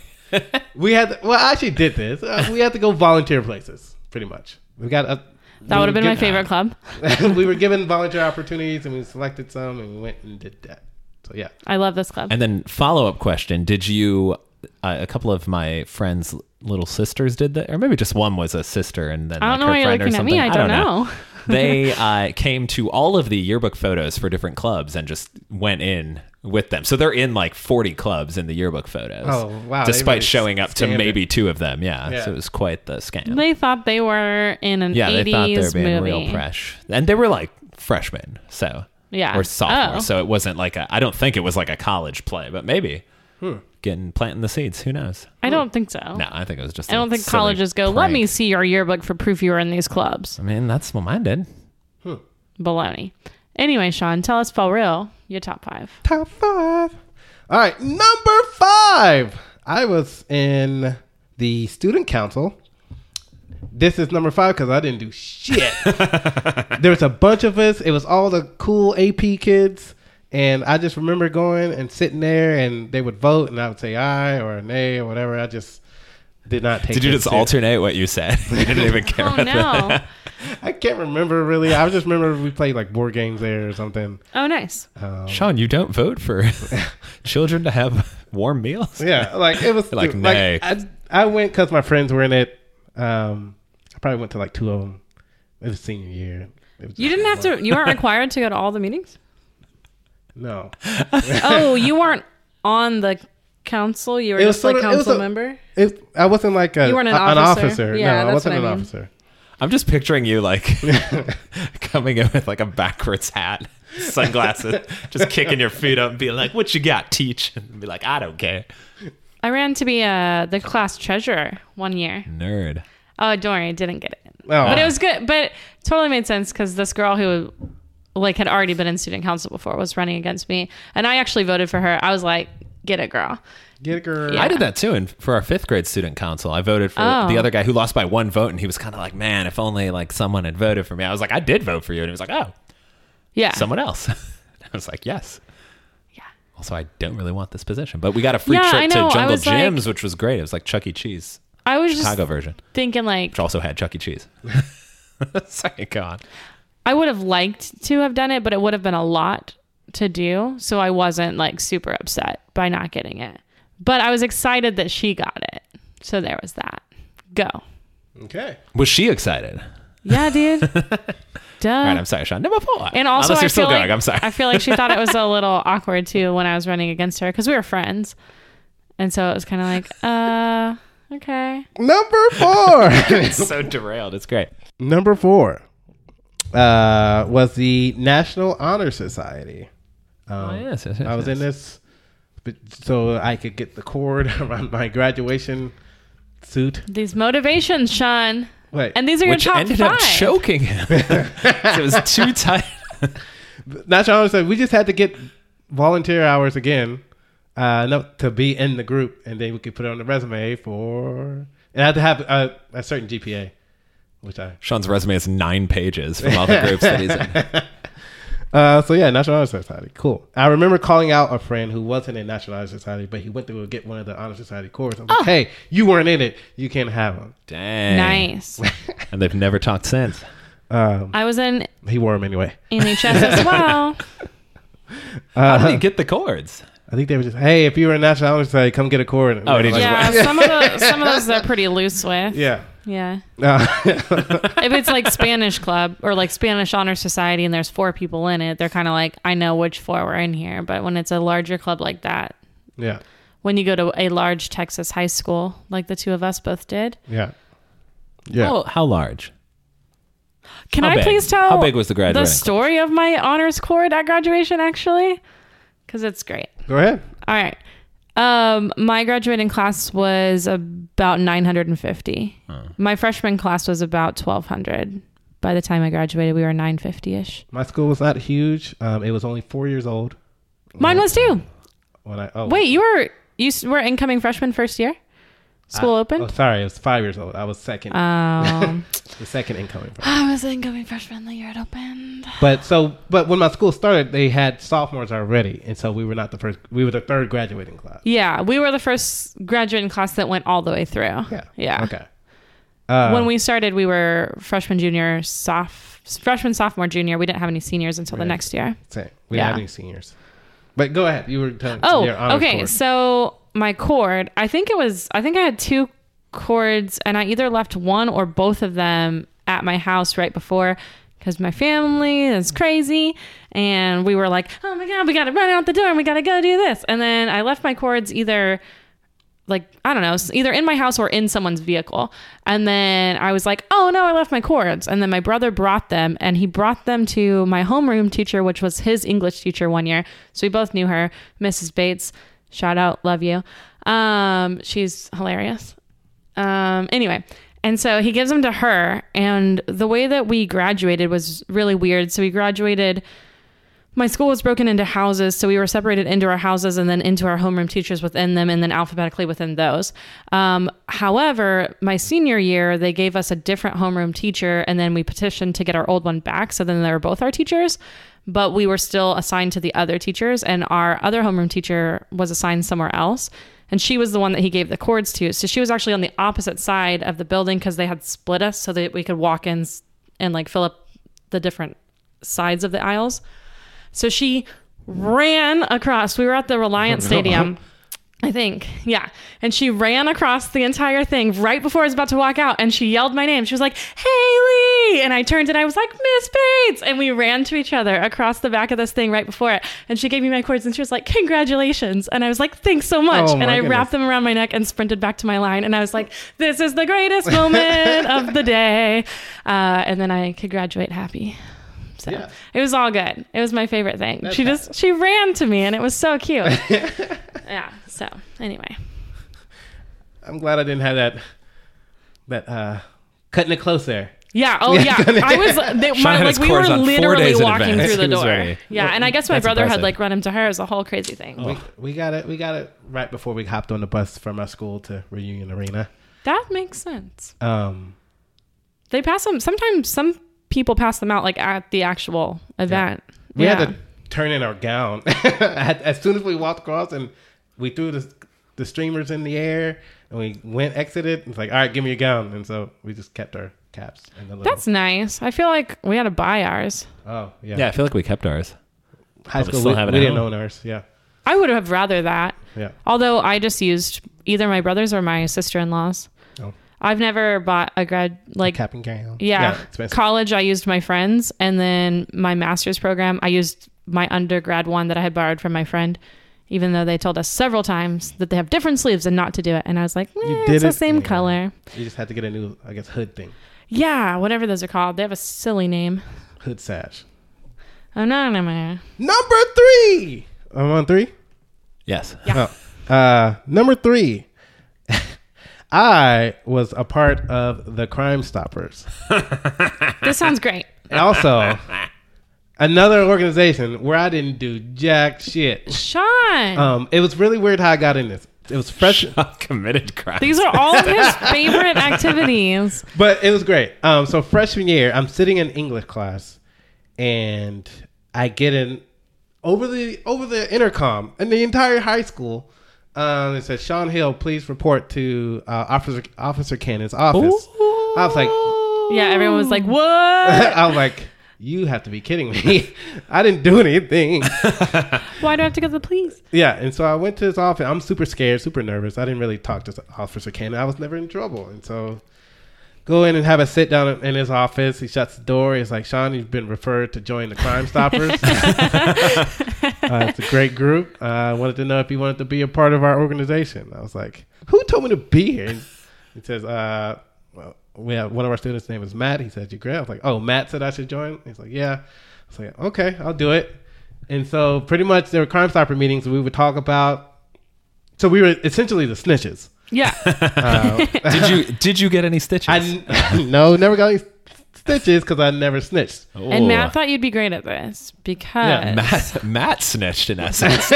We had to, well, I actually did this. Uh, we had to go volunteer places, pretty much. We got a, that would have been my favorite club. favorite. [LAUGHS] we were given volunteer opportunities and we selected some and we went and did that. So yeah, I love this club. And then follow up question: Did you? Uh, a couple of my friends' little sisters did that, or maybe just one was a sister, and then I like, don't know her why you're friend or looking at me. something. I don't, know. they uh, came to all of the yearbook photos for different clubs and just went in with them. So they're in like 40 clubs in the yearbook photos. Oh, wow. They Despite really showing up to scammed it. maybe two of them. Yeah. Yeah. So it was quite the scam. They thought they were in an yeah, 80s they thought they were being movie. real fresh. And they were like freshmen. So, Yeah. or sophomores. Oh. So it wasn't like a, I don't think it was like a college play, but maybe Hmm. getting planting the seeds. Who knows? I don't think so. No, I think it was just, I don't think colleges go, let me see your yearbook for proof you were in these clubs. I mean, that's what mine did. Baloney. Anyway, Sean, tell us for real your top five. top five. All right, number five. I was in the student council. This is number five because I didn't [LAUGHS] do shit. there was a bunch of us. It was all the cool AP kids. And I just remember going and sitting there, and they would vote, and I would say aye or nay or whatever. I just did not take Did you it just serious. alternate what you [LAUGHS] said? you didn't even [LAUGHS] care. [LAUGHS] Oh, no. I can't remember really. I just remember we played like board games there or something. oh, nice. Sean, you don't vote for children to have warm meals. [LAUGHS] Yeah, like it was Like, like, nay. I, I went because my friends were in it. Um, I probably went to like two of them. It was senior year. It was- You didn't have to, you weren't required to go to all [LAUGHS] the meetings? No, Oh, you weren't on the council. You were It was just like sort of- it was council a- member. it, I wasn't like a, You weren't an a- officer. Yeah, no, I that's wasn't what I an mean. officer. I'm just picturing you like [LAUGHS] coming in with like a backwards hat, sunglasses, just kicking your feet up and being like, "What you got, teach?" And be like, "I don't care." I ran to be uh, the class treasurer one year. Nerd. Oh, don't worry, I didn't get it. No, But it was good. But it totally made sense because this girl who like had already been in student council before was running against me, and I actually voted for her. I was like, "Get it, girl." get her. I did that too, and for our fifth grade student council, I voted for Oh. the other guy who lost by one vote, and he was kind of like, "Man, if only like someone had voted for me." I was like, "I did vote for you," and he was like, "Oh, Yeah. someone else." [LAUGHS] I was like, "Yes." Also, I don't really want this position, but we got a free Yeah, I trip to know. I Jungle was like- Gyms, which was great. It was like Chuck E. Cheese, I was just Chicago version. thinking like which also had Chuck E. [LAUGHS] Cheese. [LAUGHS] Sorry, go on. I would have liked to have done it, but it would have been a lot to do. So I wasn't like super upset by not getting it. But I was excited that she got it. So there was that. Go. Okay, Was she excited? All [LAUGHS] Yeah, dude. Duh. right, I'm sorry, Sean. Number four. And also, unless I you're still feel going, like, I'm sorry. I feel like she thought it was a little awkward too when I was running against her because we were friends, and so it was kind of like, uh, okay. [LAUGHS] number four. [LAUGHS] it's so derailed. It's great. number four uh, was the National Honor Society. oh, yes, yes, yes, Um, I was in this but- so I could get the cord [LAUGHS] around my graduation suit. These motivations, Sean, Wait, and these are your Which top ended five. up choking [LAUGHS] him. it was too tight. National Honor Society. We just had to get volunteer hours again Uh, no, to be in the group, and then we could put it on the resume for. It had to have a, a certain GPA, which I. Sean's resume is nine pages from [LAUGHS] all the groups that he's in. Uh, so yeah, National Honor Society, cool. I remember calling out a friend who wasn't in National Honor Society, but he went to go get one of the Honor Society cores. I'm like, hey, you weren't in it, you can't have them. Dang. Nice. And they've never talked since. Um, I was in he wore them anyway. NHS [LAUGHS] as well. How did he get the chords? I think they were just, hey, if you were in National Honor Society, come get a cord. And Oh, we were did you- Yeah, some of the, some of those they're pretty loose with. Yeah. Yeah. Uh, If it's like Spanish club or like Spanish honor society and there's four people in it, they're kind of like I know which four were in here. But when it's a larger club like that, [LAUGHS] yeah. when you go to a large Texas high school like the two of us both did, Yeah. Yeah. How, how large? can How I big? please tell How big was the graduating the class? story of my honors cord at graduation actually? Because it's great. Go ahead. All right. Um, my graduating class was about 950. My freshman class was about 1200. By the time I graduated, we were 950 ish. My school was not huge. Um, it was only four years old Mine was too. when I. Oh, Wait, you were you s- were incoming freshman first year? School Oh, opened? sorry. It was five years old. I was second. Um, [LAUGHS] the second incoming. From. I was incoming freshman the year it opened. But so, but when my school started, they had sophomores already, and so we were not the first. We were the third graduating class. Yeah, we were the first graduating class that went all the way through. Yeah. Yeah. Okay. Uh, when we started, we were freshman, junior, soph- freshman, sophomore, junior. We didn't have any seniors until Right. the next year. same. we didn't Yeah. have any seniors. But go ahead. You were telling. Oh, your honors okay. course. So my chord, I think it was, I think I had two chords, and I either left one or both of them at my house right before because my family is crazy, and we were like, oh my god, we gotta run out the door, and we gotta go do this, and then I left my chords either. Like, I don't know, s- either in my house or in someone's vehicle. And then I was like, oh no, I left my chords. And then my brother brought them and he brought them to my homeroom teacher, which was his English teacher one year. So we both knew her, Mrs. Bates. Shout out, love you. Um, she's hilarious. Um, anyway, and so he gives them to her. And the way that we graduated was really weird. So we graduated. My school was broken into houses, so we were separated into our houses and then into our homeroom teachers within them, and then alphabetically within those. Um, however, my senior year, they gave us a different homeroom teacher, and then we petitioned to get our old one back. So then they were both our teachers, but we were still assigned to the other teachers, and our other homeroom teacher was assigned somewhere else. And she was the one that he gave the cords to. So she was actually on the opposite side of the building because they had split us so that we could walk in s- and like fill up the different sides of the aisles. So she ran across. We were at [LAUGHS] the Reliance Stadium. I think, yeah. And she ran across the entire thing right before I was about to walk out and she yelled my name. She was like, Haley! And I turned and I was like, Miss Bates! And we ran to each other across the back of this thing right before it. And she gave me my cords and she was like, Congratulations. And I was like, Thanks so much. Oh, and my I goodness. wrapped them around my neck and sprinted back to my line. And I was like, This is the [LAUGHS] greatest moment of the day. Uh, and then I could graduate happy. So Yeah. it was all good. It was my favorite thing. That's she just she ran to me and it was [LAUGHS] so cute. yeah. So anyway. I'm glad I didn't have that. That uh, cutting it close there. Yeah. Oh, yeah. I was. They, my, had like his we were cords on four literally days in walking advance. [LAUGHS] through the He was door. very- yeah, and I guess my That's brother impressive. had like run him to her. It was a whole crazy thing. We, we got it. We got it right before we hopped on the bus from our school to Reunion Arena. That makes sense. Um, They pass them sometimes. Some people pass them out like at the actual event. we yeah. had to turn in our gown [LAUGHS] I had- as soon as we walked across, and we threw the the streamers in the air, and we went exited. It's like, all right, give me your gown, and so we just kept our caps and the little. That's nice. I feel like we had to buy ours. oh yeah, Yeah, I feel like we kept ours. High school, still we, have it we at didn't home. own ours. Yeah, I would have rather that. yeah. Although I just used either my brother's or my sister in law's. Oh. I've never bought a grad like Cap and gown. yeah, expensive. college I used my friends and then my master's program I used my undergrad one that I had borrowed from my friend even though they told us several times that they have different sleeves and not to do it and I was like eh, did it's the it? same Yeah. color. you just had to get a new, I guess, hood thing, Yeah, whatever those are called. They have a silly name. hood sash. Oh no, no, no. Number three. I'm on three. Yes. Oh. Uh, number three. [LAUGHS] I was a part of the Crime Stoppers. This sounds great. And also, Another organization where I didn't do jack shit. Sean. Um, it was really weird how I got in this. It [LAUGHS] was fresh, committed crimes. These are all of his [LAUGHS] favorite activities. but it was great. Um, so freshman year, I'm sitting in English class, and I get in over the over the intercom, and the entire high school. Um, it says Sean Hill, please report to uh, Officer Officer Cannon's office. I was like, [LAUGHS] Yeah, everyone was like, "What? I was like, you have to be kidding me. [LAUGHS] I didn't do anything. Why do I have to go to the police?" Yeah, and so I went to his office. I'm super scared, super nervous. I didn't really talk to Officer Cannon. I was never in trouble, and so go in and have a sit down in his office. He shuts the door. He's like, "Sean, you've been referred to join the Crime Stoppers. [LAUGHS] uh, it's a great group. Uh, I wanted to know if you wanted to be a part of our organization." I was like, "Who told me to be here?" And he says, uh, "Well, we have one of our students' name is Matt. He said you great." I was like, "Oh, Matt said I should join." He's like, "Yeah." I was like, "Okay, I'll do it." And so pretty much there were Crime Stopper meetings we would talk about. So we were essentially the snitches. [LAUGHS] Oh. Yeah, did you did you get any stitches? I [LAUGHS] no, never got any stitches because I never snitched. Oh. and Matt thought you'd be great at this because Matt, Matt snitched in essence.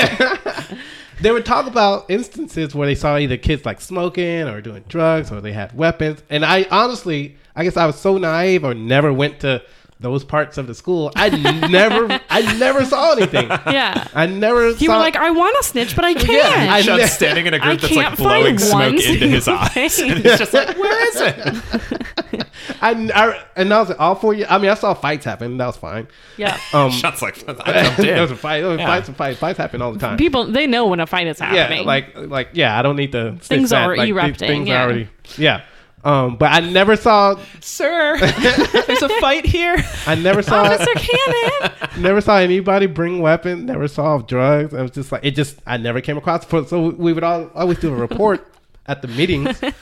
They would talk about instances where they saw either kids like smoking or doing drugs or they had weapons. And I honestly, I guess I was so naive or never went to those parts of the school. I never, I never saw anything. [LAUGHS] yeah, I never. you saw, were like, "I want to snitch, but I can't." I- Sean's standing in a I group that's like can't find blowing smoke one into his single eyes. thing. And it's just like, where [LAUGHS] is it? I, I, and I was like, all four years. I mean, I saw fights happen. That was fine. yeah. [LAUGHS] Um, Sean's like, [LAUGHS] I jumped there was a in. fight. There was Yeah. fights and fights. Fights happen all the time. People they know when a fight is happening. Yeah, like like yeah, I don't need to fix Things that. are like, these erupting, Things yeah. are already yeah. Um, but I never saw sir, there's a fight here, I [LAUGHS] never saw Officer Oh, [LAUGHS] Cannon. never saw anybody bring weapons. Never saw drugs. I was just like it just I never came across. For, so we would all always do a report [LAUGHS] at the meetings, and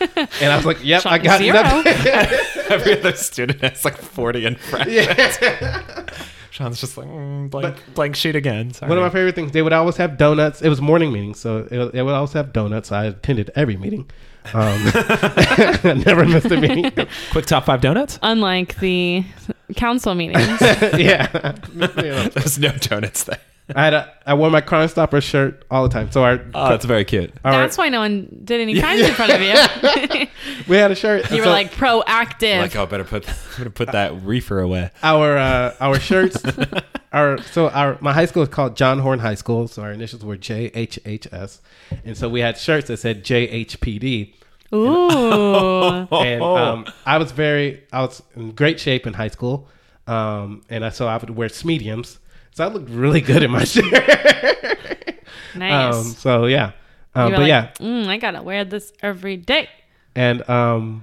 I was like, yep, I got Zero. nothing. [LAUGHS] Every other student has like 40 in front. Yeah. [LAUGHS] Sean's just like, mm, blank, blank sheet again. Sorry. One of my favorite things, they would always have donuts. It was morning meetings, so it, it would always have donuts. I attended every meeting. Um, [LAUGHS] I never missed a meeting. [LAUGHS] Quick top five donuts? [LAUGHS] Unlike the council meetings, yeah. [LAUGHS] You know. [LAUGHS] There's no donuts there. I had a, I wore my Crime Stopper shirt all the time. So our, Oh, that's very cute. our that's why no one did any crimes in front of you. [LAUGHS] we had a shirt. you were So uh, like proactive. Like, oh, better put, better put that reefer away. our uh, [LAUGHS] our shirts. our so our my high school is called John Horn High School. So our initials were JHHS, and so we had shirts that said JHPD. Ooh. [LAUGHS] And [LAUGHS] um, I was very I was in great shape in high school, um, and I so I would wear mediums. So I looked really good in my [LAUGHS] shirt. Nice. Um, so yeah, um, You were but like, yeah, "Mm, I gotta wear this every day. and um,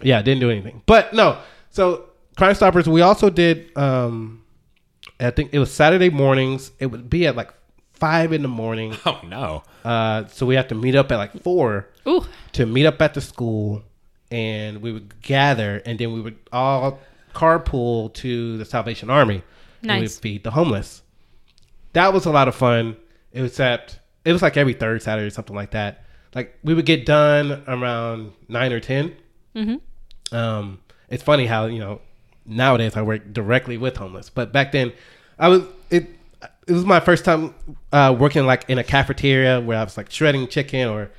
yeah, didn't do anything. But no, so Crime Stoppers. We also did. Um, I think it was Saturday mornings. It would be at like five in the morning. [LAUGHS] Oh, no. Uh, so we have to meet up at like four Ooh, to meet up at the school, and we would gather, and then we would all carpool to the Salvation Army. And we'd Nice. feed the homeless. That was a lot of fun. Except it was like every third Saturday or something like that. Like we would get done around nine or 10 Um, it's funny how you know nowadays I work directly with homeless, but back then I was it. It was my first time uh, working like in a cafeteria where I was like shredding chicken or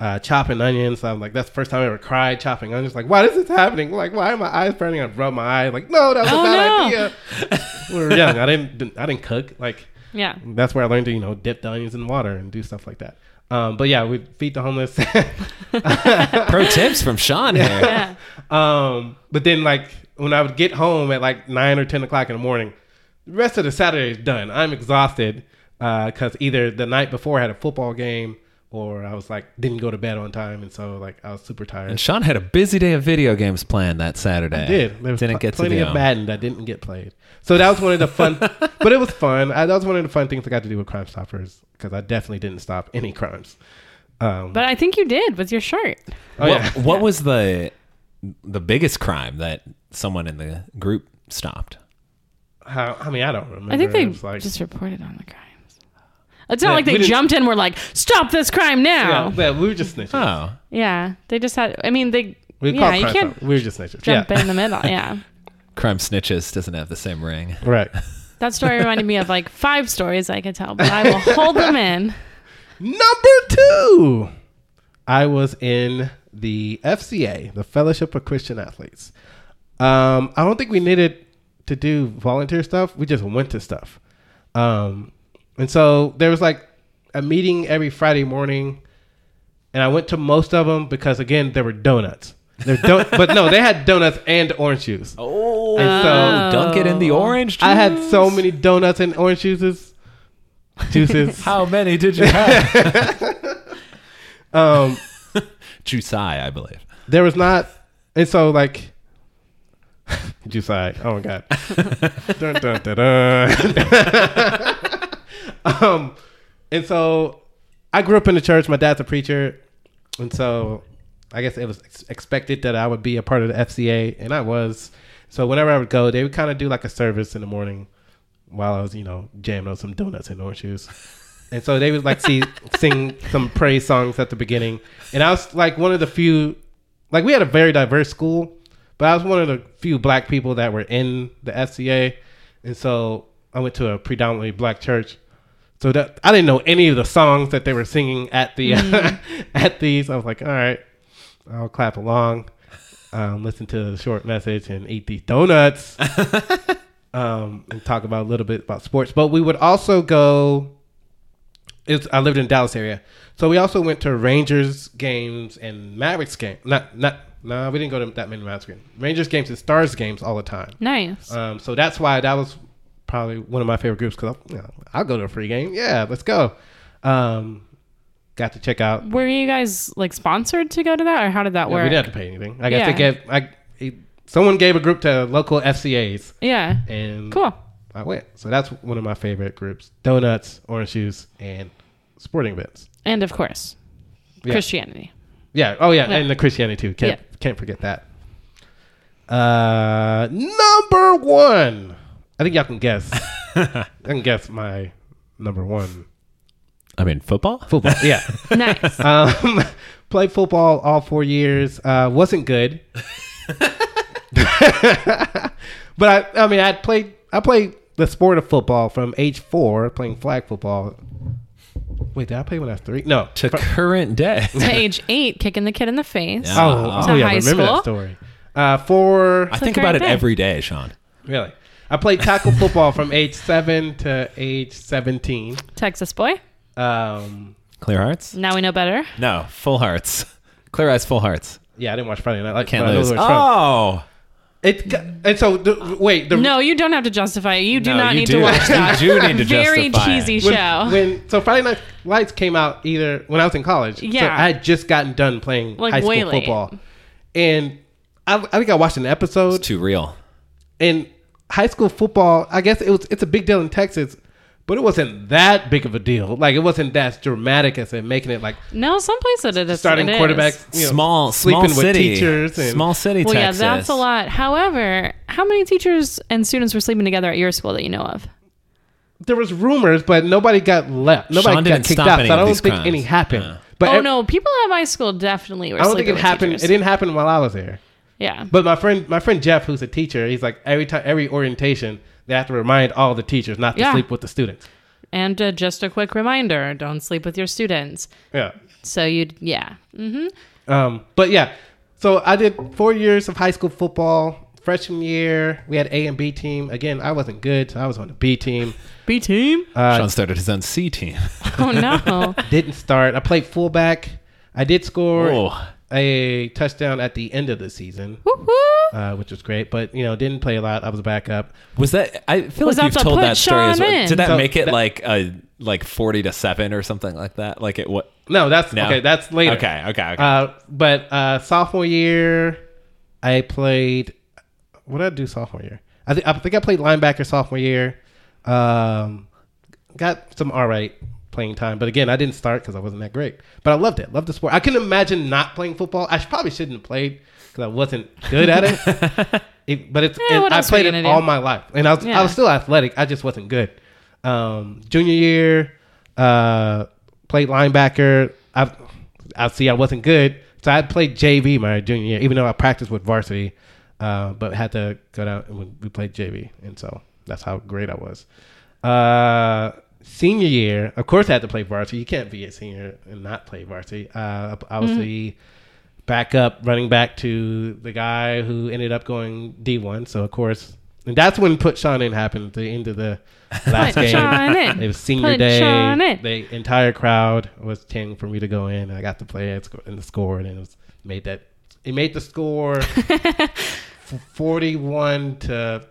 uh, chopping onions. So I'm like, that's the first time I ever cried chopping onions. Like, why is this happening? Like, why are my eyes burning? I rub my eyes. Like, no, that was a Oh, bad no. idea. [LAUGHS] we were young. I didn't. I didn't cook. Like, yeah. that's where I learned to you know dip the onions in water and do stuff like that. Um, but yeah, we feed the homeless. [LAUGHS] Pro tips from Sean here. yeah. Um, but then like when I would get home at like nine or ten o'clock in the morning, the rest of the Saturday is done. I'm exhausted because either the night before I had a football game or I was like didn't go to bed on time, and so like I was super And tired. Sean had a busy day of video games planned that Saturday. I did there was Didn't pl- get to um, plenty do of Madden that didn't get played. So that was one of [LAUGHS] the fun, but it was fun. I, that was one of the fun things I got to do with Crime Stoppers because I definitely didn't stop any crimes. Um, But I think you did with your shirt. what, oh, yeah. what was the the biggest crime that someone in the group stopped? How, I mean, I don't remember. I think It they was like, just reported on the crimes. It's not Yeah, like we they didn't- jumped in and were like, stop this crime yeah, now. Yeah. yeah, we were just snitching. Oh, They just had, I mean, they, We yeah, called you crime can't Stoppers. We were just snitching. [LAUGHS] jump yeah. in the middle. Yeah. Crime Snitches doesn't have the same ring. Right. That story reminded me of like five stories I could tell, but [LAUGHS] I will hold them in. Number two, I was in the FCA, the Fellowship of Christian Athletes. Um, I don't think we needed to do volunteer stuff. We just went to stuff. Um, and so there was like a meeting every Friday morning, and I went to most of them because again there were donuts. There don- [LAUGHS] but no, they had donuts and orange juice. Oh, And so- dunk it in Oh. the orange. I had juice? so many donuts and orange juices. Juices. [LAUGHS] How many did you have? [LAUGHS] um, Juicy, I believe. there was not, and so like, [LAUGHS] Josiah. Oh my god. dun, dun, dun, dun. [LAUGHS] um, and so I grew up in the church. My dad's a preacher, and so I guess it was ex- expected that I would be a part of the FCA, and I was. So whenever I would go, they would kind of do like a service in the morning while I was, you know, jamming on some donuts and orange juice. And so they would like see sing some praise songs at the beginning. And I was like one of the few like we had a very diverse school, but I was one of the few black people that were in the FCA. And so I went to a predominantly black church. So that I didn't know any of the songs that they were singing at the [LAUGHS] at these. I was like, all right, I'll clap along, um, listen to the short message, and eat these donuts, um, and talk about a little bit about sports. But we would also go. It's, I lived in Dallas area, so we also went to Rangers games and Mavericks games. Not not no, we didn't go to that many Mavericks games. Rangers games and Stars games all the time. Nice. Um, so that's why that was probably one of my favorite groups because you know, I'll go to a free game. Yeah, let's go. Um, got to check out. Were you guys like sponsored to go to that, or how did that Yeah, we work? didn't have to pay anything. I guess Yeah. they gave. I it- someone gave a group to local FCA's Yeah. and Cool. I went. So that's one of my favorite groups: donuts, orange juice, and sporting events. And of course, Yeah. Christianity. Yeah. Oh yeah, Yeah. and the Christianity too. Can't can't forget that. Uh, number one. I think y'all can guess. I can guess my number one I mean, football. football. [LAUGHS] Yeah. Nice. Um, [LAUGHS] played football all four years. Uh, wasn't good, [LAUGHS] but I, I mean, I played. I played the sport of football from age four, playing flag football. Wait, did I play when I was three? No. to current [LAUGHS] day. to age eight, kicking the kid in the face. Yeah. Oh, To oh yeah, I high remember school? that story. Uh, four. I the think about it current day. every day, Sean. Really, I played tackle football from age seven to age seventeen. Texas boy. Um, Clear hearts? Now we know better. No, full hearts. Clear eyes, full hearts. yeah, I didn't watch Friday Night. Lights, Can't but I know lose. where it's from. Oh, It and so the, wait the No, you don't have to justify it. You do No, not you need do. to [LAUGHS] watch You that. do need to Very justify it. cheesy when, show. when- so Friday Night Lights came out either when I was in college. so Yeah. I had just gotten done playing Like, high school way late. football, and I, I think I watched an episode. too real. And high school football, I guess it was it's a big deal in Texas, but it wasn't that big of a deal. Like it wasn't that dramatic as in making it like no, someplace it is. starting it is. quarterbacks you know, small, sleeping small city. with teachers and small city, Well, Texas. yeah, that's a lot. However, how many teachers and students were sleeping together at your school that you know of? there was rumors, but nobody got left. Nobody got didn't kicked stop out. any So I of don't these think crimes. any happened. Yeah. But oh ev- no, people at my school definitely were. I don't think sleeping it with happened. teachers. It didn't happen while I was there. Yeah. But my friend, my friend Jeff, who's a teacher, he's like every time, every orientation, they have to remind all the teachers not to Yeah. sleep with the students. And uh, just a quick reminder: don't sleep with your students. Yeah. So you, yeah, mm-hmm. Um, but yeah, so I did four years of high school football. Freshman year, we had A and B team. Again, I wasn't good, so I was on the B team. B team. Uh, Sean started his own C team. [LAUGHS] Oh no. Didn't start. I played fullback. I did score Oh, a touchdown at the end of the season, Woo-hoo. uh, which was great. But you know, didn't play a lot. I was a backup. was that? I feel Was like that you've the told put that story. As Sean well. in? Did that So make it that- like a like forty to seven or something like that? Like it what? No, that's No. okay. That's later. Okay, okay, okay. Uh, but uh, sophomore year, I played. What did I do sophomore year? I, th- I think I played linebacker sophomore year. Um, got some all right playing time, but again, I didn't start because I wasn't that great. But I loved it. Loved the sport. I couldn't imagine not playing football. I sh- probably shouldn't have played because I wasn't good at it. [LAUGHS] It- but it's Yeah, it- Eh, what I else were you played it gonna do? all my life, and I was I Yeah. was still athletic. I just wasn't good. Um, junior year, uh, played linebacker. I, I see I wasn't good, so I played JV my junior year, even though I practiced with varsity. uh, but had to go down and we- we played JV, and so that's how great I was. Uh, senior year, of course, I had to play varsity. You can't be a senior and not play varsity. Uh, I was the backup running back to the guy who ended up going D one. So of course, and that's when put Sean in happened at the end of the last [LAUGHS] Put game. Sean in. It was senior Put day. Sean in. The entire crowd was chanting for me to go in, and I got to play and sco- and score, and it was made that it made the [LAUGHS] score f- forty-one to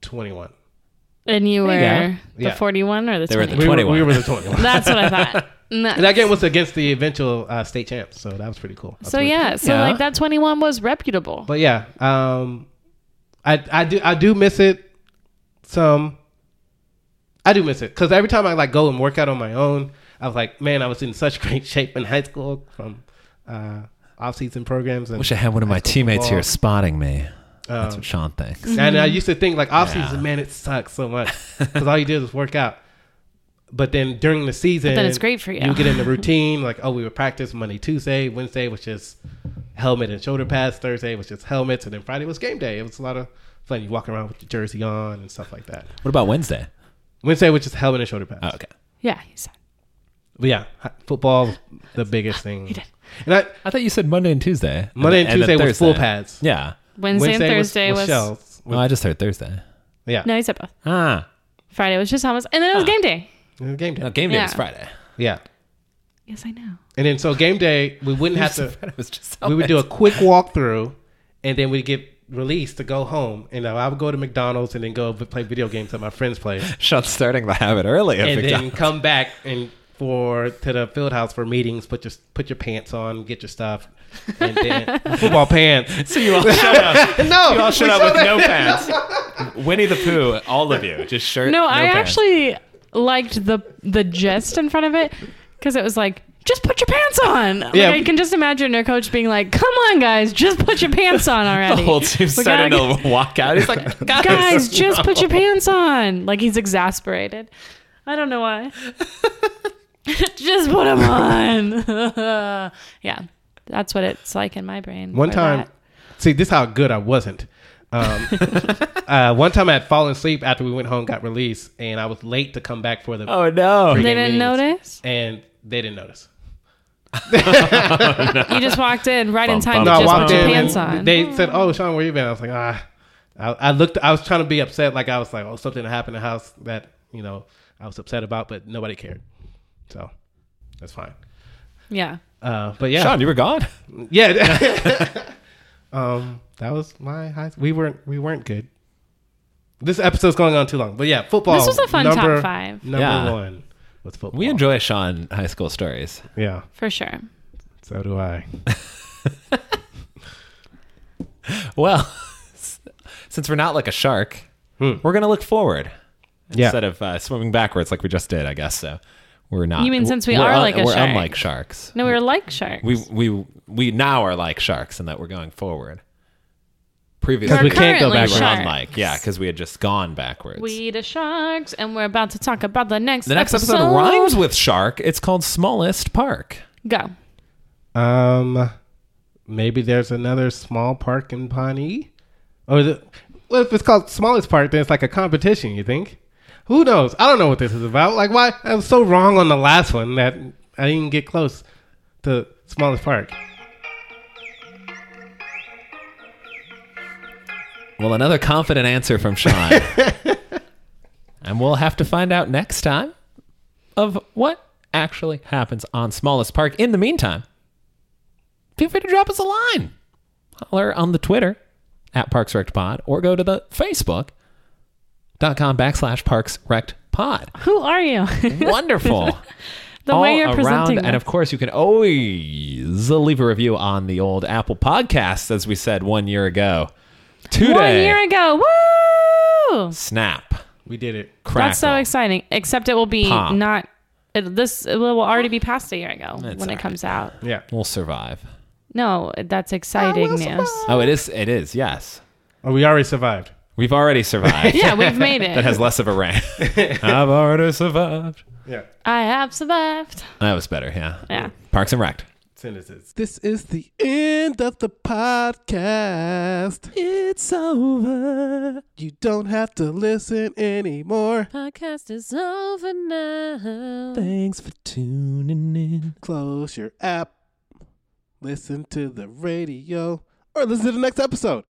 twenty-one. And you were Yeah. the Yeah. 41 or the They were 20? the- We were, 21. we were the twenty-one. [LAUGHS] That's what I thought. No. And that game was against the eventual uh, state champs, so that was pretty cool. That's So really yeah, so Yeah. like that 21 was reputable. But yeah, um, I I do I do miss it some. I do miss it because every time I like go and work out on my own, I was like, man, I was in such [LAUGHS] great shape in high school from uh, off season programs. And, Wish I had one of my teammates football. here spotting me. That's Um, what Sean thinks. and Mm-hmm. I used to think like off season, man, it sucks so [LAUGHS] much because all you did was work out. But then during the season, then it's great for you. You get [LAUGHS] in the routine, like oh, we would practice Monday, Tuesday, Wednesday was just helmet and shoulder pads. Thursday was just helmets, and then Friday was game day. It was a lot of fun. You walk around with your jersey on and stuff like that. What about Wednesday? Wednesday was just helmet and shoulder pads. Uh, Oh, okay. Yeah, he said. But yeah, hi- football was the [LAUGHS] biggest thing. did. And I, I thought you said Monday and Tuesday. Monday and, then- Tuesday then was full Thursday. pads. Yeah. Wednesday, and Thursday was, shells. Well, I just heard Thursday. Yeah, no, he said both. Ah, Friday was just hummus, and then Ah. it was game day. it was game day. no, game day was Yeah. Friday. Yeah, Yes, I know. and then so game day we wouldn't have to. [LAUGHS] Friday was just we would do a quick walkthrough, and then we'd get released to go home. And I would go to McDonald's and then go v- play video games at my friend's place, Sean's starting the habit early. at and then [LAUGHS] McDonald's. come back and for to the field house for meetings. Put your put your pants on, get your stuff, [LAUGHS] and then football pants. so you all showed up. No, You all showed we up showed with up- no [LAUGHS] [LAUGHS] pants. Winnie the Pooh, all of you, just shirt. No, I pants. actually liked the the gist in front of it because it was like, just put your pants on. Like, Yeah. I can just imagine their coach being like, "Come on, guys, just put your [LAUGHS] pants [LAUGHS] on the already." whole team We started gotta to walk out. He's [LAUGHS] like, [LAUGHS] get- [LAUGHS] guys, just put your pants on. Like he's exasperated. I don't [LAUGHS] know why. just put them on. [LAUGHS] yeah, that's what it's like in my brain. One for time, that. see, this is how good I wasn't. [LAUGHS] Um, uh, one time I had fallen asleep after we went home, got released, and I was late to come back for the. [LAUGHS] oh no. they meetings. didn't notice. And they didn't notice. You just [LAUGHS] walked in right in Bum, bum, time No, to I just walked put your in. pants and on. They said, "Oh, Sean, where you been?" I was like, "Ah." I, I looked. I was trying to be upset, like I was like, "Oh, something happened in the house that you know I was upset about," but nobody cared, so that's fine. yeah. Uh, but yeah, Sean, you were gone. yeah. [LAUGHS] um, that was my high. We weren't. We weren't good. This episode's going on too long, but yeah, football. This was a fun top number, five. Number Yeah. one was football. We enjoy Sean high school stories. Yeah, For sure. so do I. Well, [LAUGHS] since we're not like a shark, Hmm. we're gonna look forward Yeah. instead of uh, swimming backwards like we just did. I guess so. We're not. You mean since we we're are like a we're shark. unlike sharks. No, we were like sharks. We we we now are like sharks in that we're going forward. Previously, Because we can't go currently we backwards. were sharks. unlike yeah, because we had just gone backwards. We the sharks, and we're about to talk about the next. the next episode, rhymes with shark. It's called Smallest Park. Go. Um, maybe there's another small park in Pawnee, or the, well, if it's called smallest park, then it's like a competition. You think? Who knows? I don't know what this is about. Like, why I was so wrong on the last one that I didn't get close to smallest park. Well, another confident answer from Sean. [LAUGHS] and we'll have to find out next time of what actually happens on Smallest Park. In the meantime, feel free to drop us a line. Holler on the Twitter at Parks Rect Pod or go to the Facebook.com backslash Parks Rect Pod. Who are you? [LAUGHS] [LAUGHS] Wonderful. the way you're presenting. And of that. course, you can always leave a review on the old Apple Podcasts, as we said one year ago. Today. One year ago. Woo! Snap. We did it. Crackle. That's so exciting. Except it will be Pop. not. It, this it will already be past a year ago when all it comes out. Yeah. We'll survive. No, that's exciting news. Oh, it is. It is. Yes, Oh, we already survived. we've already survived. [LAUGHS] [LAUGHS] Yeah, we've made [LAUGHS] That it. has less of a [LAUGHS] rank. I've already survived. Yeah. I have survived. That was better. Yeah. Yeah. Parks and Rec. sentences. This is the end of the podcast. It's over. You don't have to listen anymore. Podcast is over now. Thanks for tuning in. Close your app, listen to the radio, or listen to the next episode.